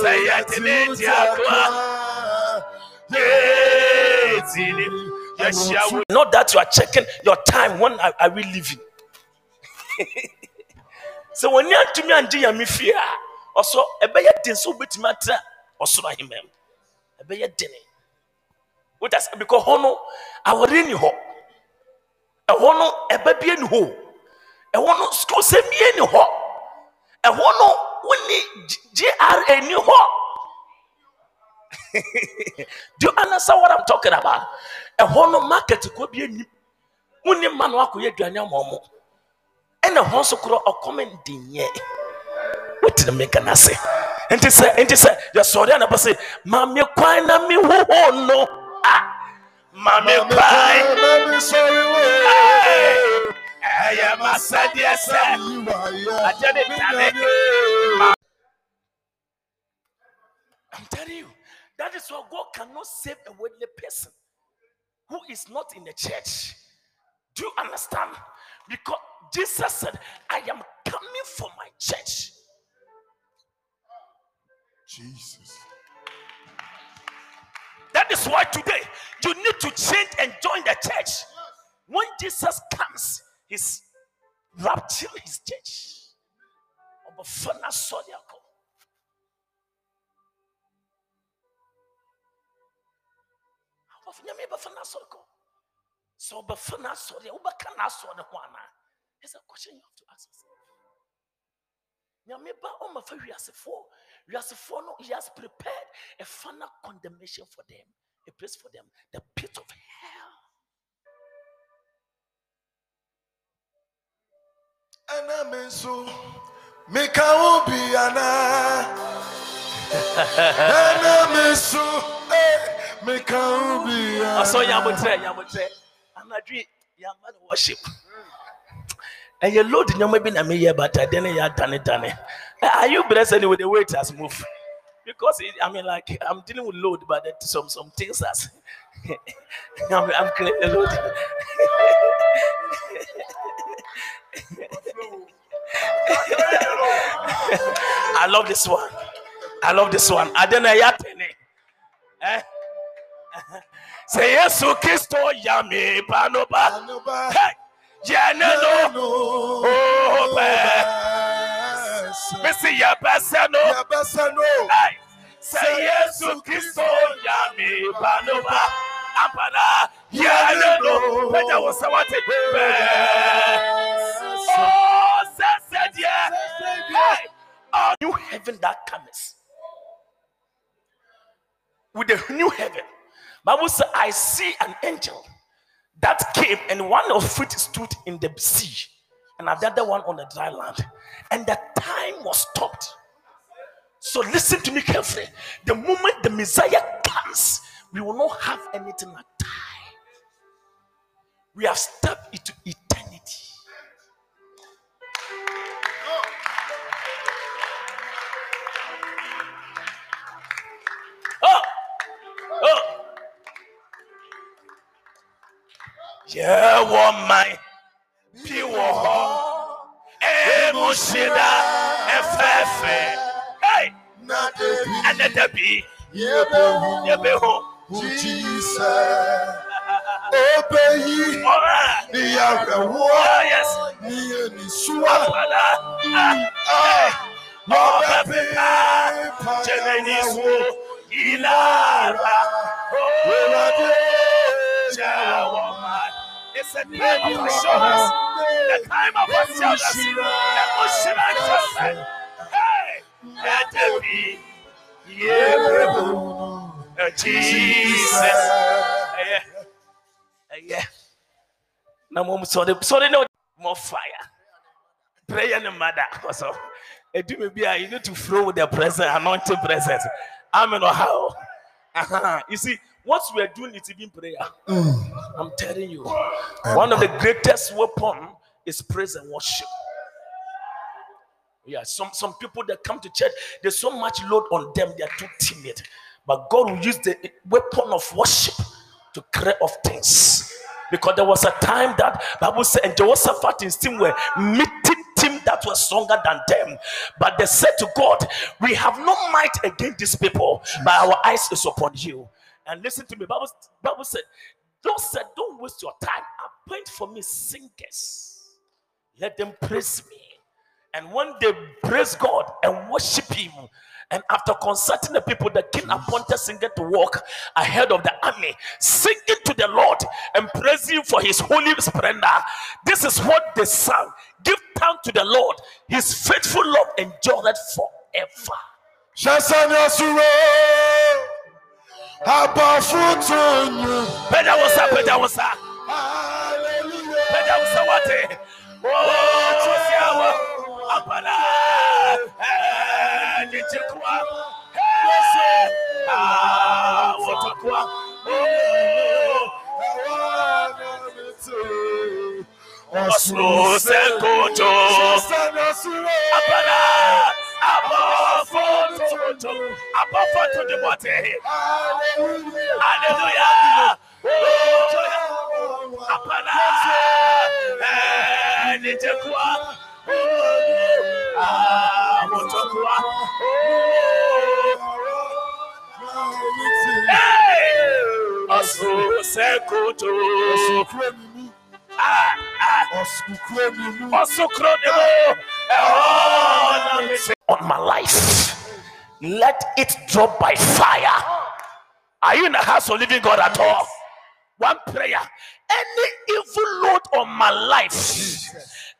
S1: sɛ yɛdene di akoa yɛtini yɛhyia wo not that you are checking your time when are, are we leaving sɛ wɔne atumi angye yame fie a ɔsɔ ɛbɛyɛ den sɛ wobɛtumi atena ɔsoro ahemam ɛbɛyɛ dene wotas because hɔ no awɔre ni hɔ ɛhɔ no ɛba bie ni hɔ o. ɛhɔ no school sɛ mie ni hɔ ɛhɔ no wone G- gra ni hɔ do you understand what i'm talking about ɛhɔ no market kɔ bi anim wone ma no akɔyɛ aduane ama ɔmo ɛna ɛhɔ nso korɔ ɔkɔme ndenyɛ wotene meka no ase nti sɛ nti sɛ yɛsɔre a na bɛ sɛ maame kwan na mehoho no a maame kwan Hey! ɛyɛ masadeɛ sɛ Adeɛ ne tane. I'm telling you, that is why God cannot save a worldly person who is not in the church. Do you understand? Because Jesus said, I am coming for my church.
S3: Jesus.
S1: That is why today you need to change and join the church. When Jesus comes, he's rapturing his church. Ọbọfra sọ de akọ. Ọbọfra- Nyame bɛfa n'asɔ de akɔ. Sɛ ɔbɛfa n'asɔ de a, wobɛka n'asɔ de ho anaa? It's a question you have to ask yourself. Nyame ba ɔmmafa wiasefoɔ. Wiasefoɔ no, he has prepared a final condemnation for them, a place for them, the pit of hell.
S3: ɛna me nso meka wo bi anaa ɛna me nso eh, meka wo bi
S1: ɔsɔ
S3: anaa
S1: yamutrɛ yamutrɛ anadwi yamma ni worship ɛyɛ load nneɛma bi na meyɛ bata den ne yɛ danedane Eh, are you blessed anyway the weight has moved because it, i mean like i'm dealing with load but then some some things as i'm i'm creating load i love this one i love this one adena yɛ atene eh. sɛ yesu kristo yame ba no ba
S3: Anoba
S1: Oh, Hey, yɛne no
S3: no
S1: obɛ
S3: bɛs sɛ
S1: mesi yɛ bɛ sɛ no
S3: yɛbɛsɛ no
S1: Ai, sɛ yesu kristo nyame ba no ba apana yɛne no pɛgya wo sɛ wate bɛ Oh, sɛ sɛdeɛ Hey, a new heaven that comes with the new heaven. Bible says, I see an angel that came, and one of feet stood in the sea, and another one on the dry land, and the time was stopped. So listen to me carefully. The moment the Messiah comes, we will not have anything but time. We have stepped into eternity. Oh, oh. Yeah, woman. Piwo. Emushida. Efefe. Hey,
S3: na dabi
S1: and the be.
S3: yɛbɛhu
S1: Yebeho.
S3: wo gyisɛ ɔbɛyi
S1: All right.
S3: ne yɛhwɛwoɔ
S1: Oh, yes. Oh,
S3: ne yɛnisuwa
S1: Father.
S3: a
S1: Ọbẹ̀bẹ̀ta
S3: wɔbɛpepa
S1: Jenenisu. Ilara.
S3: Ewurade,
S1: Oh, yeah, woman. It's a time of assurance. The time of assurance. Emushida. Efefe. Hey, and the be. Yebeho. Uh, Jesus. Yeah. Yeah. Now, mom, sorry, sorry, no more fire. Prayer and mother. Also, it do maybe I need to flow with the present, anointing presence. Amen. Or how? Uh-huh. You see, what we are doing is even prayer. I'm telling you, one of the greatest weapon is praise and worship. Yeah, some, some people that come to church, there's so much load on them, they are too timid. But God will use the weapon of worship to clear off things. Because there was a time that Bible said, and Jehoshaphat and his team were meeting team that were stronger than them. But they said to God, We have no might against these people, but our eyes is upon you. And listen to me, Bible, Bible said, God said, Don't waste your time. Appoint for me singers. Let them praise me. And when they praise God and worship Him, and after consulting the people, the king appointed singer to walk ahead of the army, singing to the Lord and praising for His holy splendor. This is what they sang: Give thanks to the Lord; His faithful love endureth forever.
S3: hyɛsɛnyasuro abafotonyu
S1: Peda wosa, peda wosa,
S3: haleluya
S1: peda wosa wate. Oh, Josiah, apana, eh, nichekwa, eh, ah, wotokwa, oh. Oslo sekoto apana abofo toto abofo to the body. Hallelujah. Oh, apana eh, nichekwa. Oh, ah, wotokwa. Oh, hey. Oslo sekoto. Ah, ah.
S4: Oh,
S1: on my life. Let it drop by fire. Are you in the house of living God at all? One prayer. Any evil load on my life,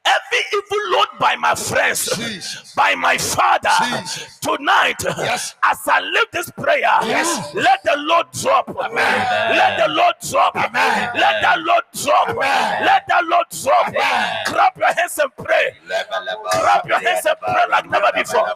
S1: every evil load by my friends,
S3: Jesus.
S1: by my father,
S3: Jesus.
S1: tonight,
S3: Yes.
S1: as I lift this prayer,
S3: Yes.
S1: let the load drop. Let the load drop. Let the load drop. Let the load drop. Clap your hands and pray. Clap your hands and pray like never before.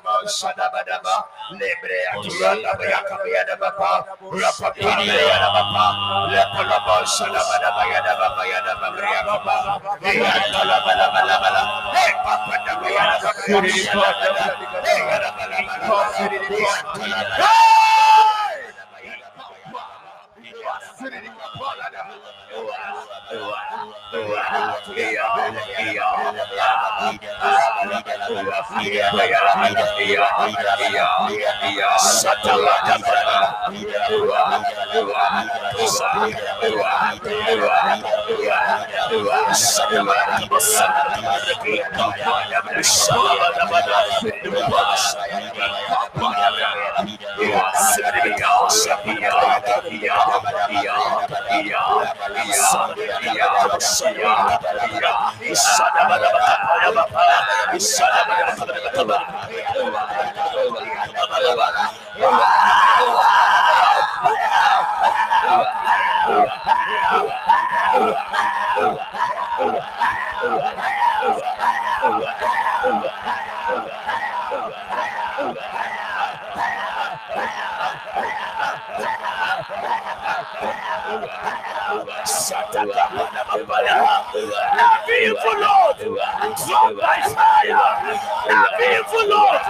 S1: Evil Lord, drop by fire. Not evil Lord,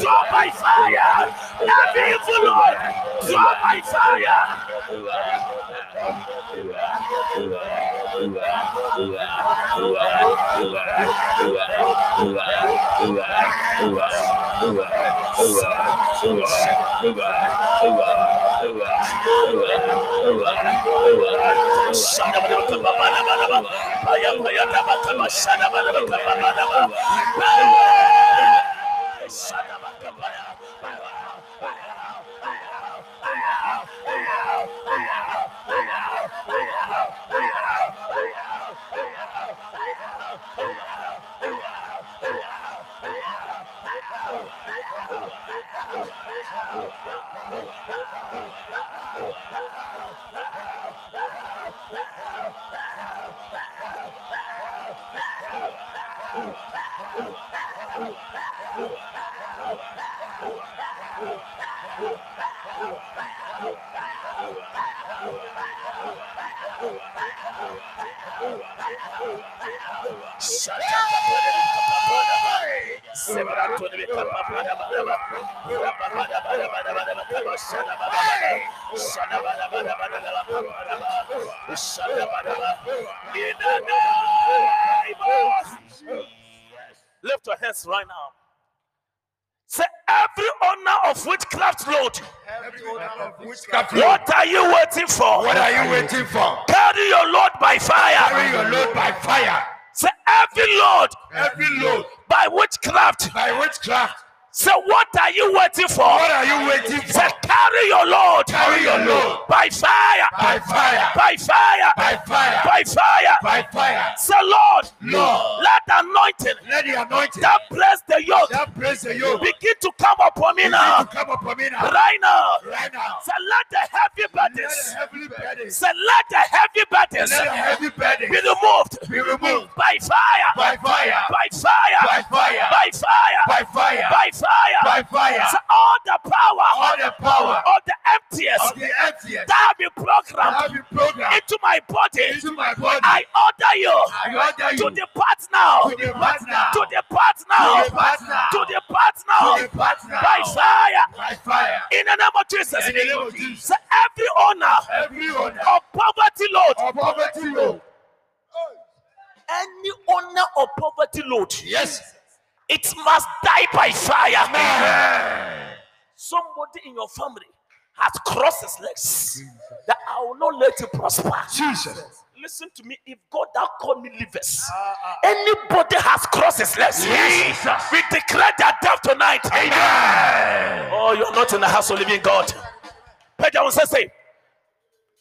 S1: drop by fire. Not evil Lord, drop by fire. Lift your hands right now. Say every owner of witchcraft load. What are you waiting for?
S4: What are you waiting for?
S1: Carry your load by
S4: Carry
S1: fire.
S4: your load by fire.
S1: Say every load
S4: Every load
S1: by witchcraft.
S4: by witchcraft.
S1: Say what are you waiting for?
S4: What are you waiting for?
S1: Say carry your load.
S4: Carry your load.
S1: By fire.
S4: By fire.
S1: By fire.
S4: By fire.
S1: By fire.
S4: By fire.
S1: Say Lord.
S4: Lord.
S1: Let the anointing
S4: Let the anointing
S1: that bless the yoke
S4: that place the yoke
S1: begin to come upon me
S4: begin
S1: now.
S4: to come upon me now.
S1: Right now.
S4: Right now.
S1: Say let the heavy
S4: Let the
S1: burdens.
S4: heavenly burdens.
S1: Say let the heavy
S4: Let
S1: burdens
S4: the heavy
S1: be
S4: burdens
S1: removed.
S4: be removed
S1: By fire.
S4: by fire.
S1: By fire.
S4: By fire.
S1: By fire.
S4: By fire.
S1: By fire.
S4: By fire.
S1: So all the power.
S4: All the power
S1: of the emptiness
S4: of the emptiness
S1: that have been
S4: that
S1: programmed
S4: be programmed
S1: into my body.
S4: into my body.
S1: I order you
S4: I order
S1: to
S4: you
S1: depart now.
S4: To depart now.
S1: To depart now.
S4: To depart now.
S1: To depart now.
S4: To depart now.
S1: By fire.
S4: by fire.
S1: In the name of Jesus.
S4: In the name of Jesus.
S1: So every owner
S4: Every owner
S1: of poverty load,
S4: of poverty load.
S1: any owner of poverty load,
S4: Yes.
S1: it must die by fire.
S4: Amen.
S1: Somebody in your family has crossed his legs that I will not let you prosper.
S4: Jesus.
S1: Listen to me. If God that called me livers, anybody has crossed his legs.
S4: Ah, Jesus.
S1: We declare their death tonight.
S4: Amen.
S1: Oh, you're not in the house of living God. Peter will say,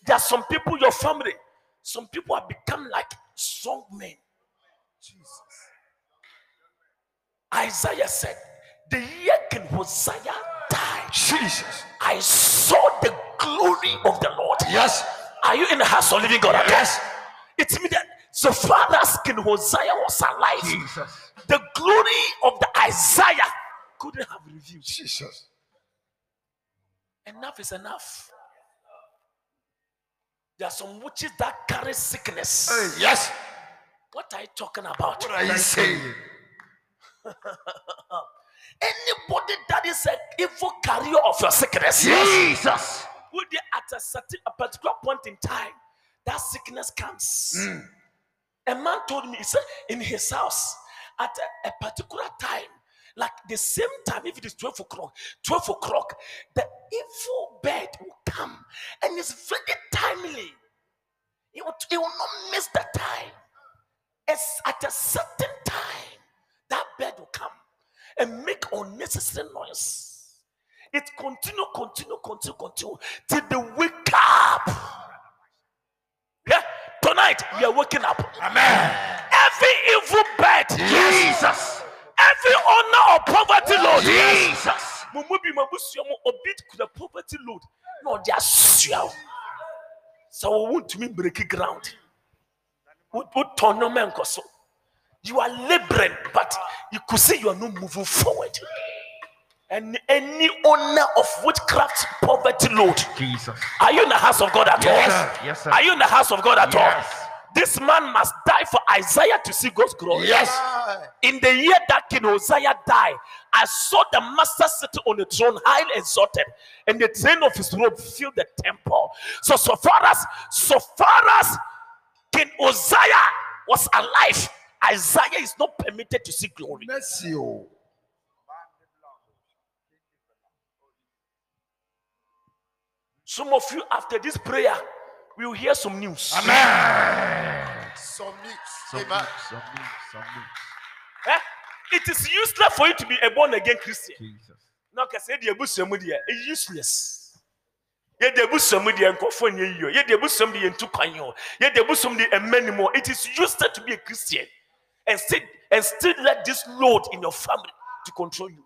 S1: there are some people, your family, some people have become like strong men. Isaiah said, the year in Hosea died.
S4: Jesus.
S1: I saw the glory of the Lord.
S4: Yes.
S1: Are you in the house of living God?
S4: Yes.
S1: It means that so far as King Hosea was alive,
S4: Jesus.
S1: the glory of the Isaiah couldn't have revealed.
S4: Jesus.
S1: Enough is enough. There are some witches that carry sickness.
S4: Yes.
S1: What are you talking about?
S4: What are you saying?
S1: Anybody that is an evil carrier of your sickness,
S4: Jesus.
S1: will they at a certain a particular point in time, that sickness comes. A man told me, he said, in his house, at a, a particular time, like the same time, if it is 12 o'clock, 12 o'clock, the evil bird will come. And it's very timely. It will, it will not miss the time. It's at a certain time that bird will come and make unnecessary noise. It continue, continue, continue, continue till they wake up. Yeah, tonight we are waking up.
S4: Amen.
S1: Every evil bird,
S4: Jesus.
S1: every honor or poverty load.
S4: Jesus.
S1: mo mu bi ma busua mu obi kura poverty load na ɔde asua wo sɛ wɔwo ntumi break ground Wo- wotɔn nneɛma nkɔ so you are laboring but you could see you are not moving forward and any owner of witchcraft poverty load
S4: Jesus.
S1: are you in the house of God at
S4: Yes,
S1: all
S4: sir. Yes, sir.
S1: are you in the house of God at
S4: Yes.
S1: all this man must die for Isaiah to see God's glory
S4: Yes.
S1: in the year that King Uzziah died, I saw the master sitting on the throne, highly exalted, and the train of his robe filled the temple. So, so far as so far as King Uzziah was alive, Isaiah is not permitted to see glory.
S2: Mercy, oh.
S1: Some of you, after this prayer, will hear some news.
S4: Amen.
S3: Some news.
S4: Some
S3: Amen.
S4: news, some news, some news.
S1: Eh? It is useless for you to be a born again Christian.
S4: Jesus.
S1: na kasa yɛde abusua mu deɛ ɛyɛ useless yɛde abusua mu deɛ nkɔfoɔ nyɛ yie o. yɛde abusua mu deɛ yɛntu kwan yɛ o. yɛde abusua mu deɛ ɛmma nim o. it is useless to be a christian and still and still let this load in your family to control you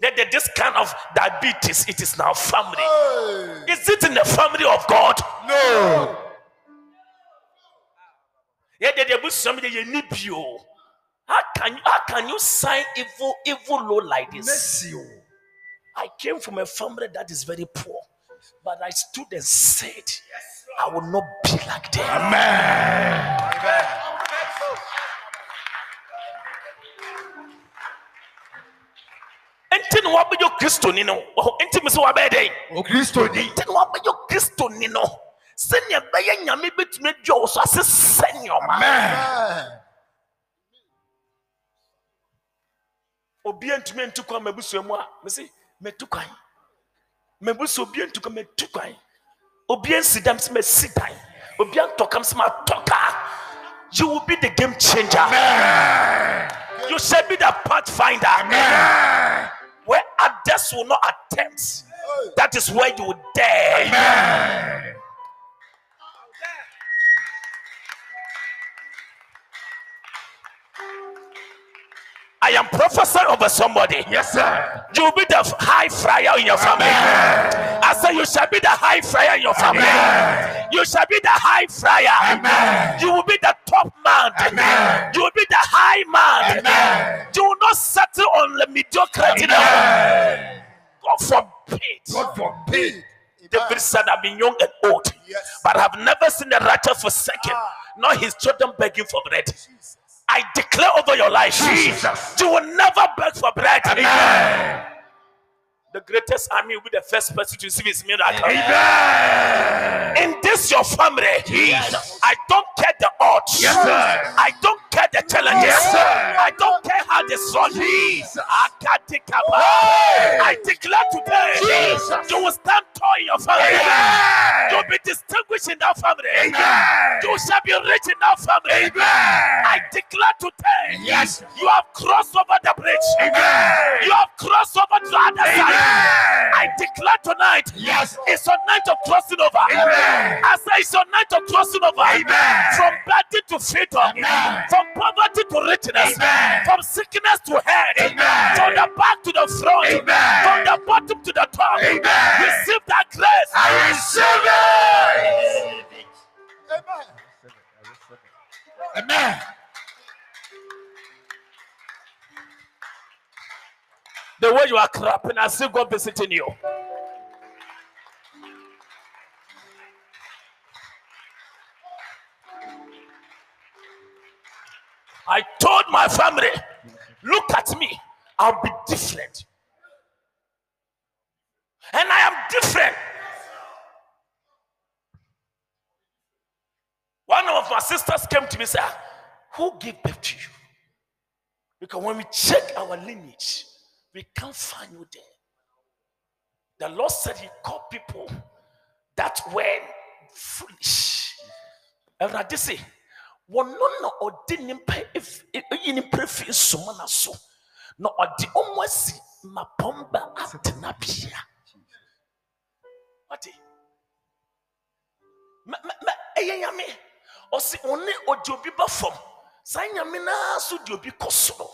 S1: that that this kind of diabetes it is now family
S3: Hey.
S1: is it in the family of god
S3: No.
S1: yɛde de abusua mu deɛ yɛnni bi o. how can you how can you sign evil evil load like this.
S2: Mercy, oh.
S1: I came from a family that is very poor, but I stood and said, I will not be like them. Enti na wabɛyɛ Kristoni no, ɔhɔ- enti me sɛ wabɛyɛ dɛn?
S4: O Oh, Kristo ni.
S1: Enti na wabɛyɛ Kristoni no, sɛnea ɛbɛyɛ Nyame bɛtumi adua wo so ase sɛ nneɛma.
S4: Amen.
S1: Obi antumi antu kwan m'abusua mu a, mese, matu kwan. M'abusua, obi antu kwan, matu kwan. Obi ansi da, mese, masi dan. Obi antɔ ka, mese, matɔ ka. You will be the game changer. You shall be the pathfinder.
S4: Amen.
S1: where others will not attempt. That is where you will dare.
S4: Amen.
S1: I am prophesying over somebody.
S4: Yes, sir.
S1: You will be the high flyer in your family. I say you shall be the high flyer in your family.
S4: Amen.
S1: You shall be the high flyer.
S4: Amen.
S1: You will be the top man.
S4: Amen.
S1: You will be the high man.
S4: Amen.
S1: You will not settle on the mediocrity.
S4: Amen.
S1: God forbid.
S4: God forbid.
S1: David said, I've been young and old,
S3: Yes.
S1: but I've never seen the righteous forsaken, nor his children begging for bread. I declare over your life,
S4: Jesus.
S1: you will never beg for bread.
S4: Amen.
S1: The greatest army will be the first person to receive his miracle.
S4: Amen.
S1: In this, your family,
S4: Jesus.
S1: I don't care the odds.
S4: Yes, sir.
S1: I don't care the challenges.
S4: Yes, sir.
S1: I don't care how they saw me.
S4: Jesus.
S1: I can't take up.
S4: Hey.
S1: I declare today,
S4: Jesus.
S1: you will stand tall in your family.
S4: Amen.
S1: You'll be distinguished in that family.
S4: Amen.
S1: You shall be rich in that family. I declare today,
S4: Yes.
S1: you have crossed over the bridge.
S4: Amen.
S1: You have crossed over to the other side.
S4: Amen.
S1: I declare tonight,
S4: Yes.
S1: it's your night of crossing over.
S4: Amen.
S1: I say it's your night of crossing over.
S4: Amen.
S1: From poverty to freedom.
S4: Amen.
S1: From poverty to richness.
S4: Amen.
S1: From sickness to health.
S4: Amen.
S1: From the back to the front.
S4: Amen.
S1: From the bottom to the top.
S4: Amen.
S1: Receive that grace.
S4: I receive it. Amen.
S1: The way you are clapping, I see God visiting you. I told my family, look at me, I'll be different. And I am different. One of my sisters came to me and said, "Ah, Who gave birth to you? Because when we check our lineage, we can't find you there. The Lord said He called people that were foolish. Awurade se wɔno na ɔde nnipa efi- e- eyi nnipa fi nsoma na so na ɔde ɔmo asi mapɔmba atenabea wate ma ma ma ɛyɛ nyame ɔsi ɔne ɔde obi ba fam saa nyame naa so de obi kɔ soro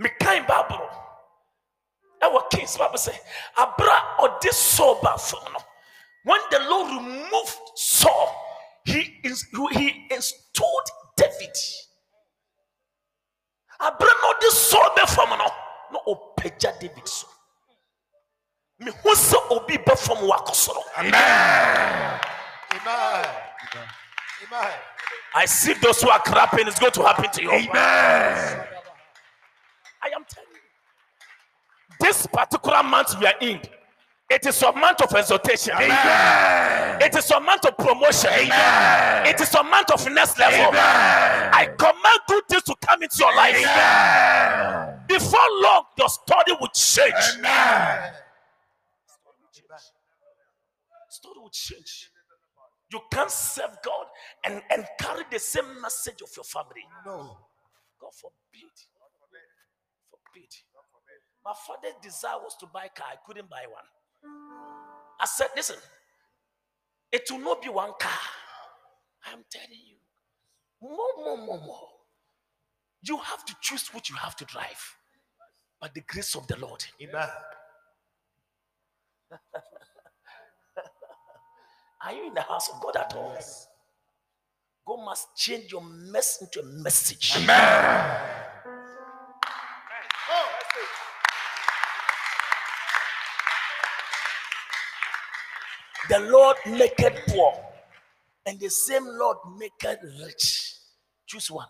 S1: mekan baaboro ɛwɔ kings bible sɛ abra a ɔde saul ba fam no when the lord removed saul he is he installed david abra na ɔde saul bɛ fam no na ɔpagya david so mehu sɛ obi bɛ fam wakɔ soro
S4: Amen.
S3: Amen. Amen.
S1: I see those who are crapping, it's going to happen to you.
S4: Amen.
S1: I am telling you. This particular month we are in, it is a month of exhortation.
S4: Amen.
S1: It is a month of promotion.
S4: Amen.
S1: It is a month of next level.
S4: Amen.
S1: I command good things to come into your life.
S4: Amen.
S1: Before long, your story will change.
S4: Amen.
S1: Story will change. You can't serve God and, and carry the same message of your family.
S3: No.
S1: God forbid. Forbid. My father's desire was to buy a car. I couldn't buy one. I said, listen, it will not be one car. I'm telling you. More, more, more, more. You have to choose what you have to drive. By the grace of the Lord.
S3: Amen.
S1: Are you in the house of God at all? God must change your mess into a message. The Lord maketh poor, and the same Lord maketh rich. Choose one.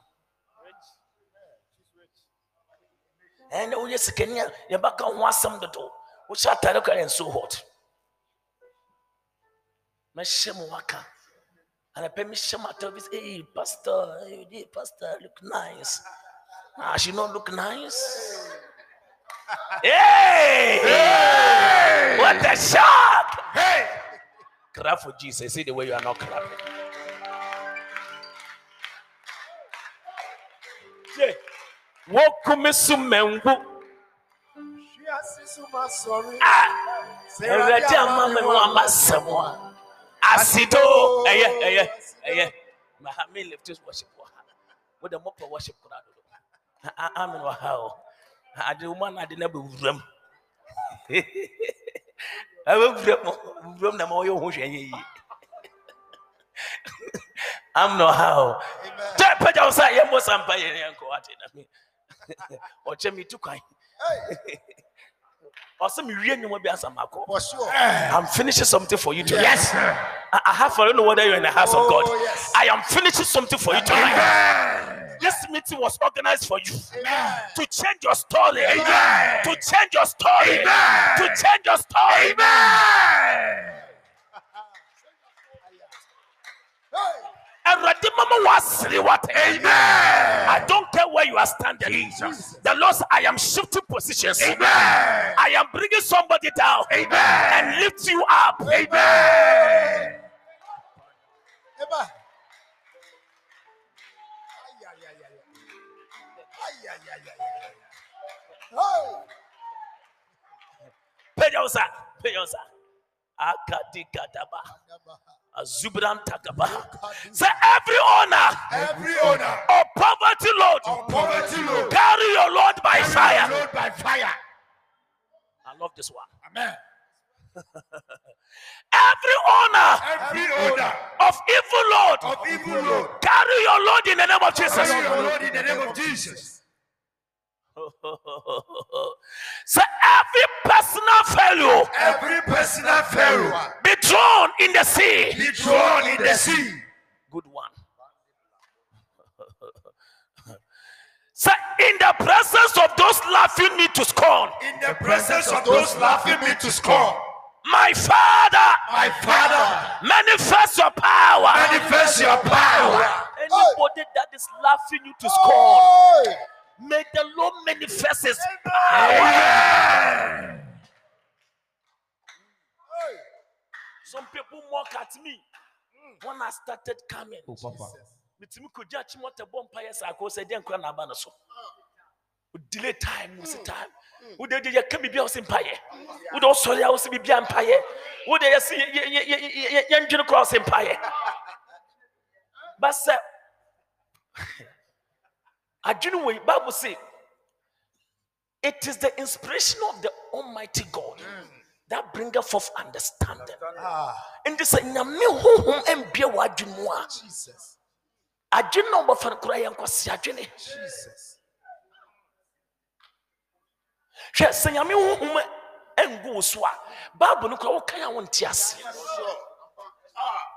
S1: And oh yes, Kenya, you back on one some the door. Which are Taraka and so hot. Meshemuaka. And I pay me shame at this. Hey, Pastor, hey, hey, Pastor, look nice. Ah, she not look nice. hey! What a shock! Hey! Clap for Jesus. See the way you are not clapping. Yeah. Wokumisu mengu. Ẹ̀rẹ̀dẹ̀ àmà mi wọ́n àmà sẹ̀mú à. Àsìdó. Ẹyẹ ẹyẹ ẹyẹ. Mahami lift his worship wọ ha. Wọ́n dẹ̀ mọ̀ pẹ̀ worship kura dodo. Ami wọ ha o. Adi wọ́n náà adi náà bẹ wura mu. Ẹ bẹ wura mu wura mu náà ma ọ yẹ ohun hwẹ́ yẹ yìí. Ami wọ ha o.
S3: Amen.
S1: Tẹ́ pẹ́jà ọ̀sán yẹ mọ̀ sàmpa yẹ yẹn kọ́ wáti náà mi. Ọ̀kyẹ́ mi tu kwan. Ọ̀sán mi wíyẹ́ nyọ̀mọ́ bí asàmàkọ́.
S3: For sure.
S1: I'm finishing something for you tonight.
S4: Yes.
S1: I, I have I don't know whether you're in the house of
S3: Oh,
S1: God.
S3: yes.
S1: I am finishing something for you tonight.
S4: Amen.
S1: This meeting was organized for you
S3: Amen.
S1: to change your story.
S4: Amen.
S1: To change your story.
S4: Amen.
S1: To change your story.
S4: Amen.
S3: Hey.
S1: Awurade mama wo asere wate.
S4: Amen.
S1: I don't care where you are standing.
S4: Jesus.
S1: The Lord, said, I am shifting positions.
S4: Amen.
S1: I am bringing somebody down
S4: Amen.
S1: and lift you up.
S4: Amen.
S3: Eba. Ay, ay, ay, ay, ay. Ay, ay, ay, ay, ay, ay. Hey.
S1: Pedosa, Pedosa, Akadikadaba, Azubram Takaba. Say every honor
S3: Every
S4: Honor
S1: or poverty
S4: of
S1: load,
S4: poverty load.
S1: carry your load by fire.
S4: Load by fire.
S1: I love this one.
S4: Amen.
S1: Every honor
S4: Every order
S1: of evil load,
S4: of evil load.
S1: carry your load in the name of Jesus.
S4: Carry your load in the name of Jesus.
S1: Say every personal failure
S4: Every personal failure
S1: be thrown in the sea.
S4: be thrown in the sea.
S1: Good one. Say in the presence of those laughing me to scorn.
S4: In the presence of those laughing me to scorn.
S1: My Father,
S4: My Father,
S1: manifest your power.
S4: manifest your power.
S1: Anybody that is laughing you to scorn,
S3: Hey!
S1: may the Lord manifest his
S4: Amen.
S3: Hey!
S1: Some people mock at me when I started coming. metumi kogye akyem ɔtɛbɔ mpayɛ sɛ akɔ sɛ deɛ nkora naaba no so delay time wo sɛ time wode de yɛka biribia wo sɛ mpayɛ wode wosɔre a wo sɛ biribia mpayɛ wode yɛsɛ yɛndwene kora wo sɛ mpayɛ ba sɛ adwene wei bible say it is the inspiration of the almighty god that bringeth forth understanding
S3: Ah,
S1: nti sɛ nyame honhom ambie w'adwene mu a
S3: Jesus.
S1: adwene na ɔbɛfa no koraa yɛ nkwasi adwene
S3: Jesus.
S1: hwɛ sɛ nyame honhom ɛngu wo so a bible no koraa wokan a wonte aseɛ
S3: Sure.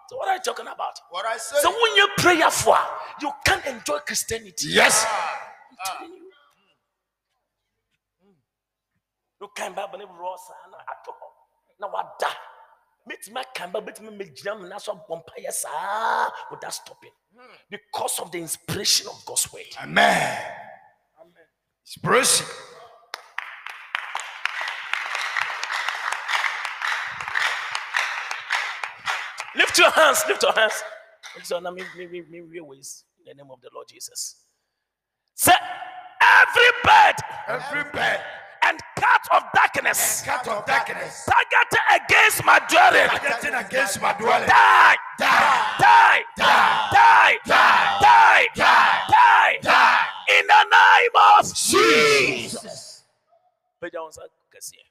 S1: so what are you talking about
S3: What I say.
S1: sɛ wonyɛ prayerfo a you can enjoy christianity
S4: Yes.
S1: wokan bible no borɔ saa na atɔ hɔ na wada mɛtumi akan ba mɛtumi mɛgyina mena so abɔ mpayɛ saa without stopping because of the inspiration of god's word
S4: Amen. Inspiration.
S1: Lift your hands, lift your hands. So now me, me, me, me real ways in the name of the Lord Jesus. Say every bird
S4: Every bed
S1: and cat of darkness
S4: cut of darkness
S1: targeted against my dwelling.
S4: getting against my dwelling.
S1: Die!
S4: Die.
S1: Die! Die!
S4: Die.
S1: Die! Die!
S4: Die.
S1: In the name of
S4: Jesus.
S1: Pagya wo nsa kɛseɛ.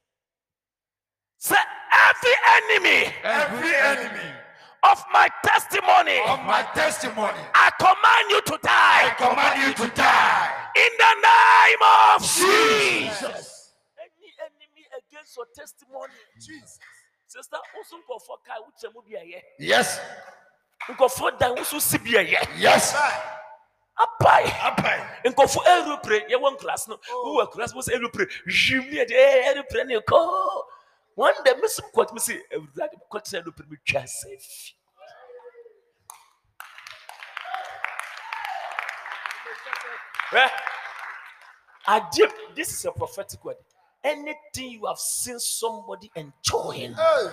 S1: Say every enemy
S4: Every enemy
S1: of my testimony,
S4: of my testimony,
S1: I command you to
S4: I
S1: die.
S4: command you to die.
S1: In the name of
S4: Jesus.
S1: any enemy against your testimony.
S3: Jesus.
S1: Sister, also nkɔfoɔ kaa wokyɛ mu bi ɛyɛ.
S4: Yes.
S1: Nkɔfoɔ dan nso si bi ɛyɛ.
S4: Yes.
S1: Apae.
S4: Amen.
S1: Nkɔfoɔ aeroplane yɛwɔ nklas no. Wowɔ nklas mo sɛ aeroplane hwim ne yɛde ɛɛ aeroplane ne kɔɔ. One day me sum kɔt me "Eh, si ewurade kɔt sɛ aeroplane mi twa sɛ fi. Hwɛ. Adeɛ Eh, this is a prophetic word. Anything you have seen somebody enjoying.
S3: Hey!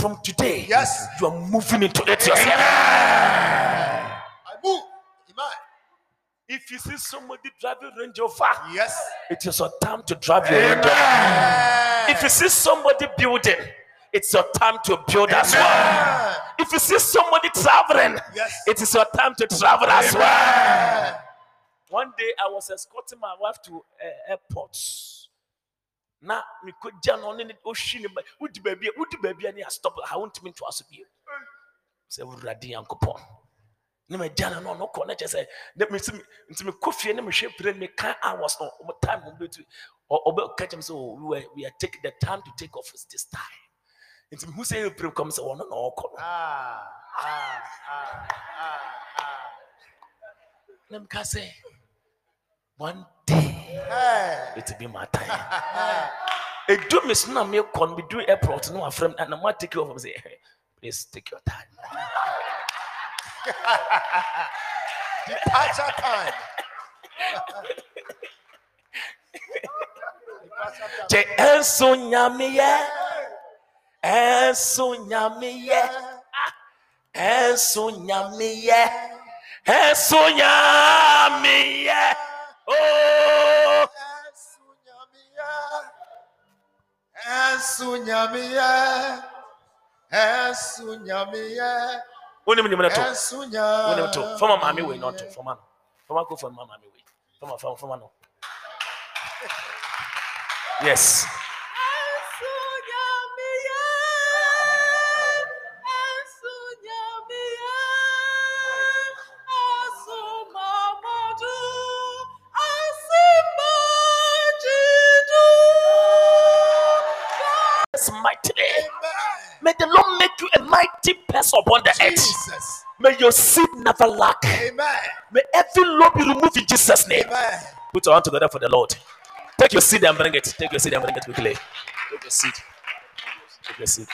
S1: from today
S3: Yes.
S1: you are moving into it yourself
S3: I move. Iman.
S1: if you see somebody driving range over
S3: Yes.
S1: it is your time to drive your range over
S4: Amen.
S1: if you see somebody building it's your time to build as well
S3: Ah,
S1: if you see somebody traveling
S3: Yes.
S1: it is your time to travel as well one day i was escorting my wife to uh, airport na mekɔgya no ɔne ne ɔhwi ne ba wodi baabi a- wodi baabi a ne astop ha wontumi ntoa so bio sɛ wurade nyankopɔn ne magya no no ɔno kɔ na kyɛ sɛ ne mesi me- nti mekɔ fie ne mehwɛ pere meka hours no ɔmo time ɔmbɛtu ɔbɛka kyɛm sɛ "Oh, we were- we are taking the time to take off is this time nti mehu sɛ ɛpere kɔm sɛ ɔno na ɔkɔ "Oh, no
S3: Ah. Ah. Ah. Ah.
S1: na meka sɛ one day
S3: Ah. Hey!
S1: it will be my time ɛdu me so na mekɔ no medu airport no wafrɛ m na matake off sɛ "Eh, please take your time
S3: Departure time. Departure time.
S1: gye ɛnso nyameyɛ ɛnso nyameyɛ ɛnso nyameyɛ ɛnso nyameyɛ oo
S3: Ẹ̀sùn nyàmíyẹ́. Ẹ̀sùn nyàmíyẹ́.
S1: wonim nim no to
S3: Ẹ̀sùn nyàmíyẹ́.
S1: wonim to fama maame wei na ɔto fama no fama kɔ fama maame wei fama fama fama no yes yes mightily
S3: Amen.
S1: may the lord make you a mighty person upon the earth
S3: Jesus.
S1: may your seed never lack
S3: Amen.
S1: May every law be removed in Jesus' name.
S3: Amen.
S1: Put your hand together for the Lord. Take your seed and bring it. Take your seed and bring it quickly. Take your seed. bless you.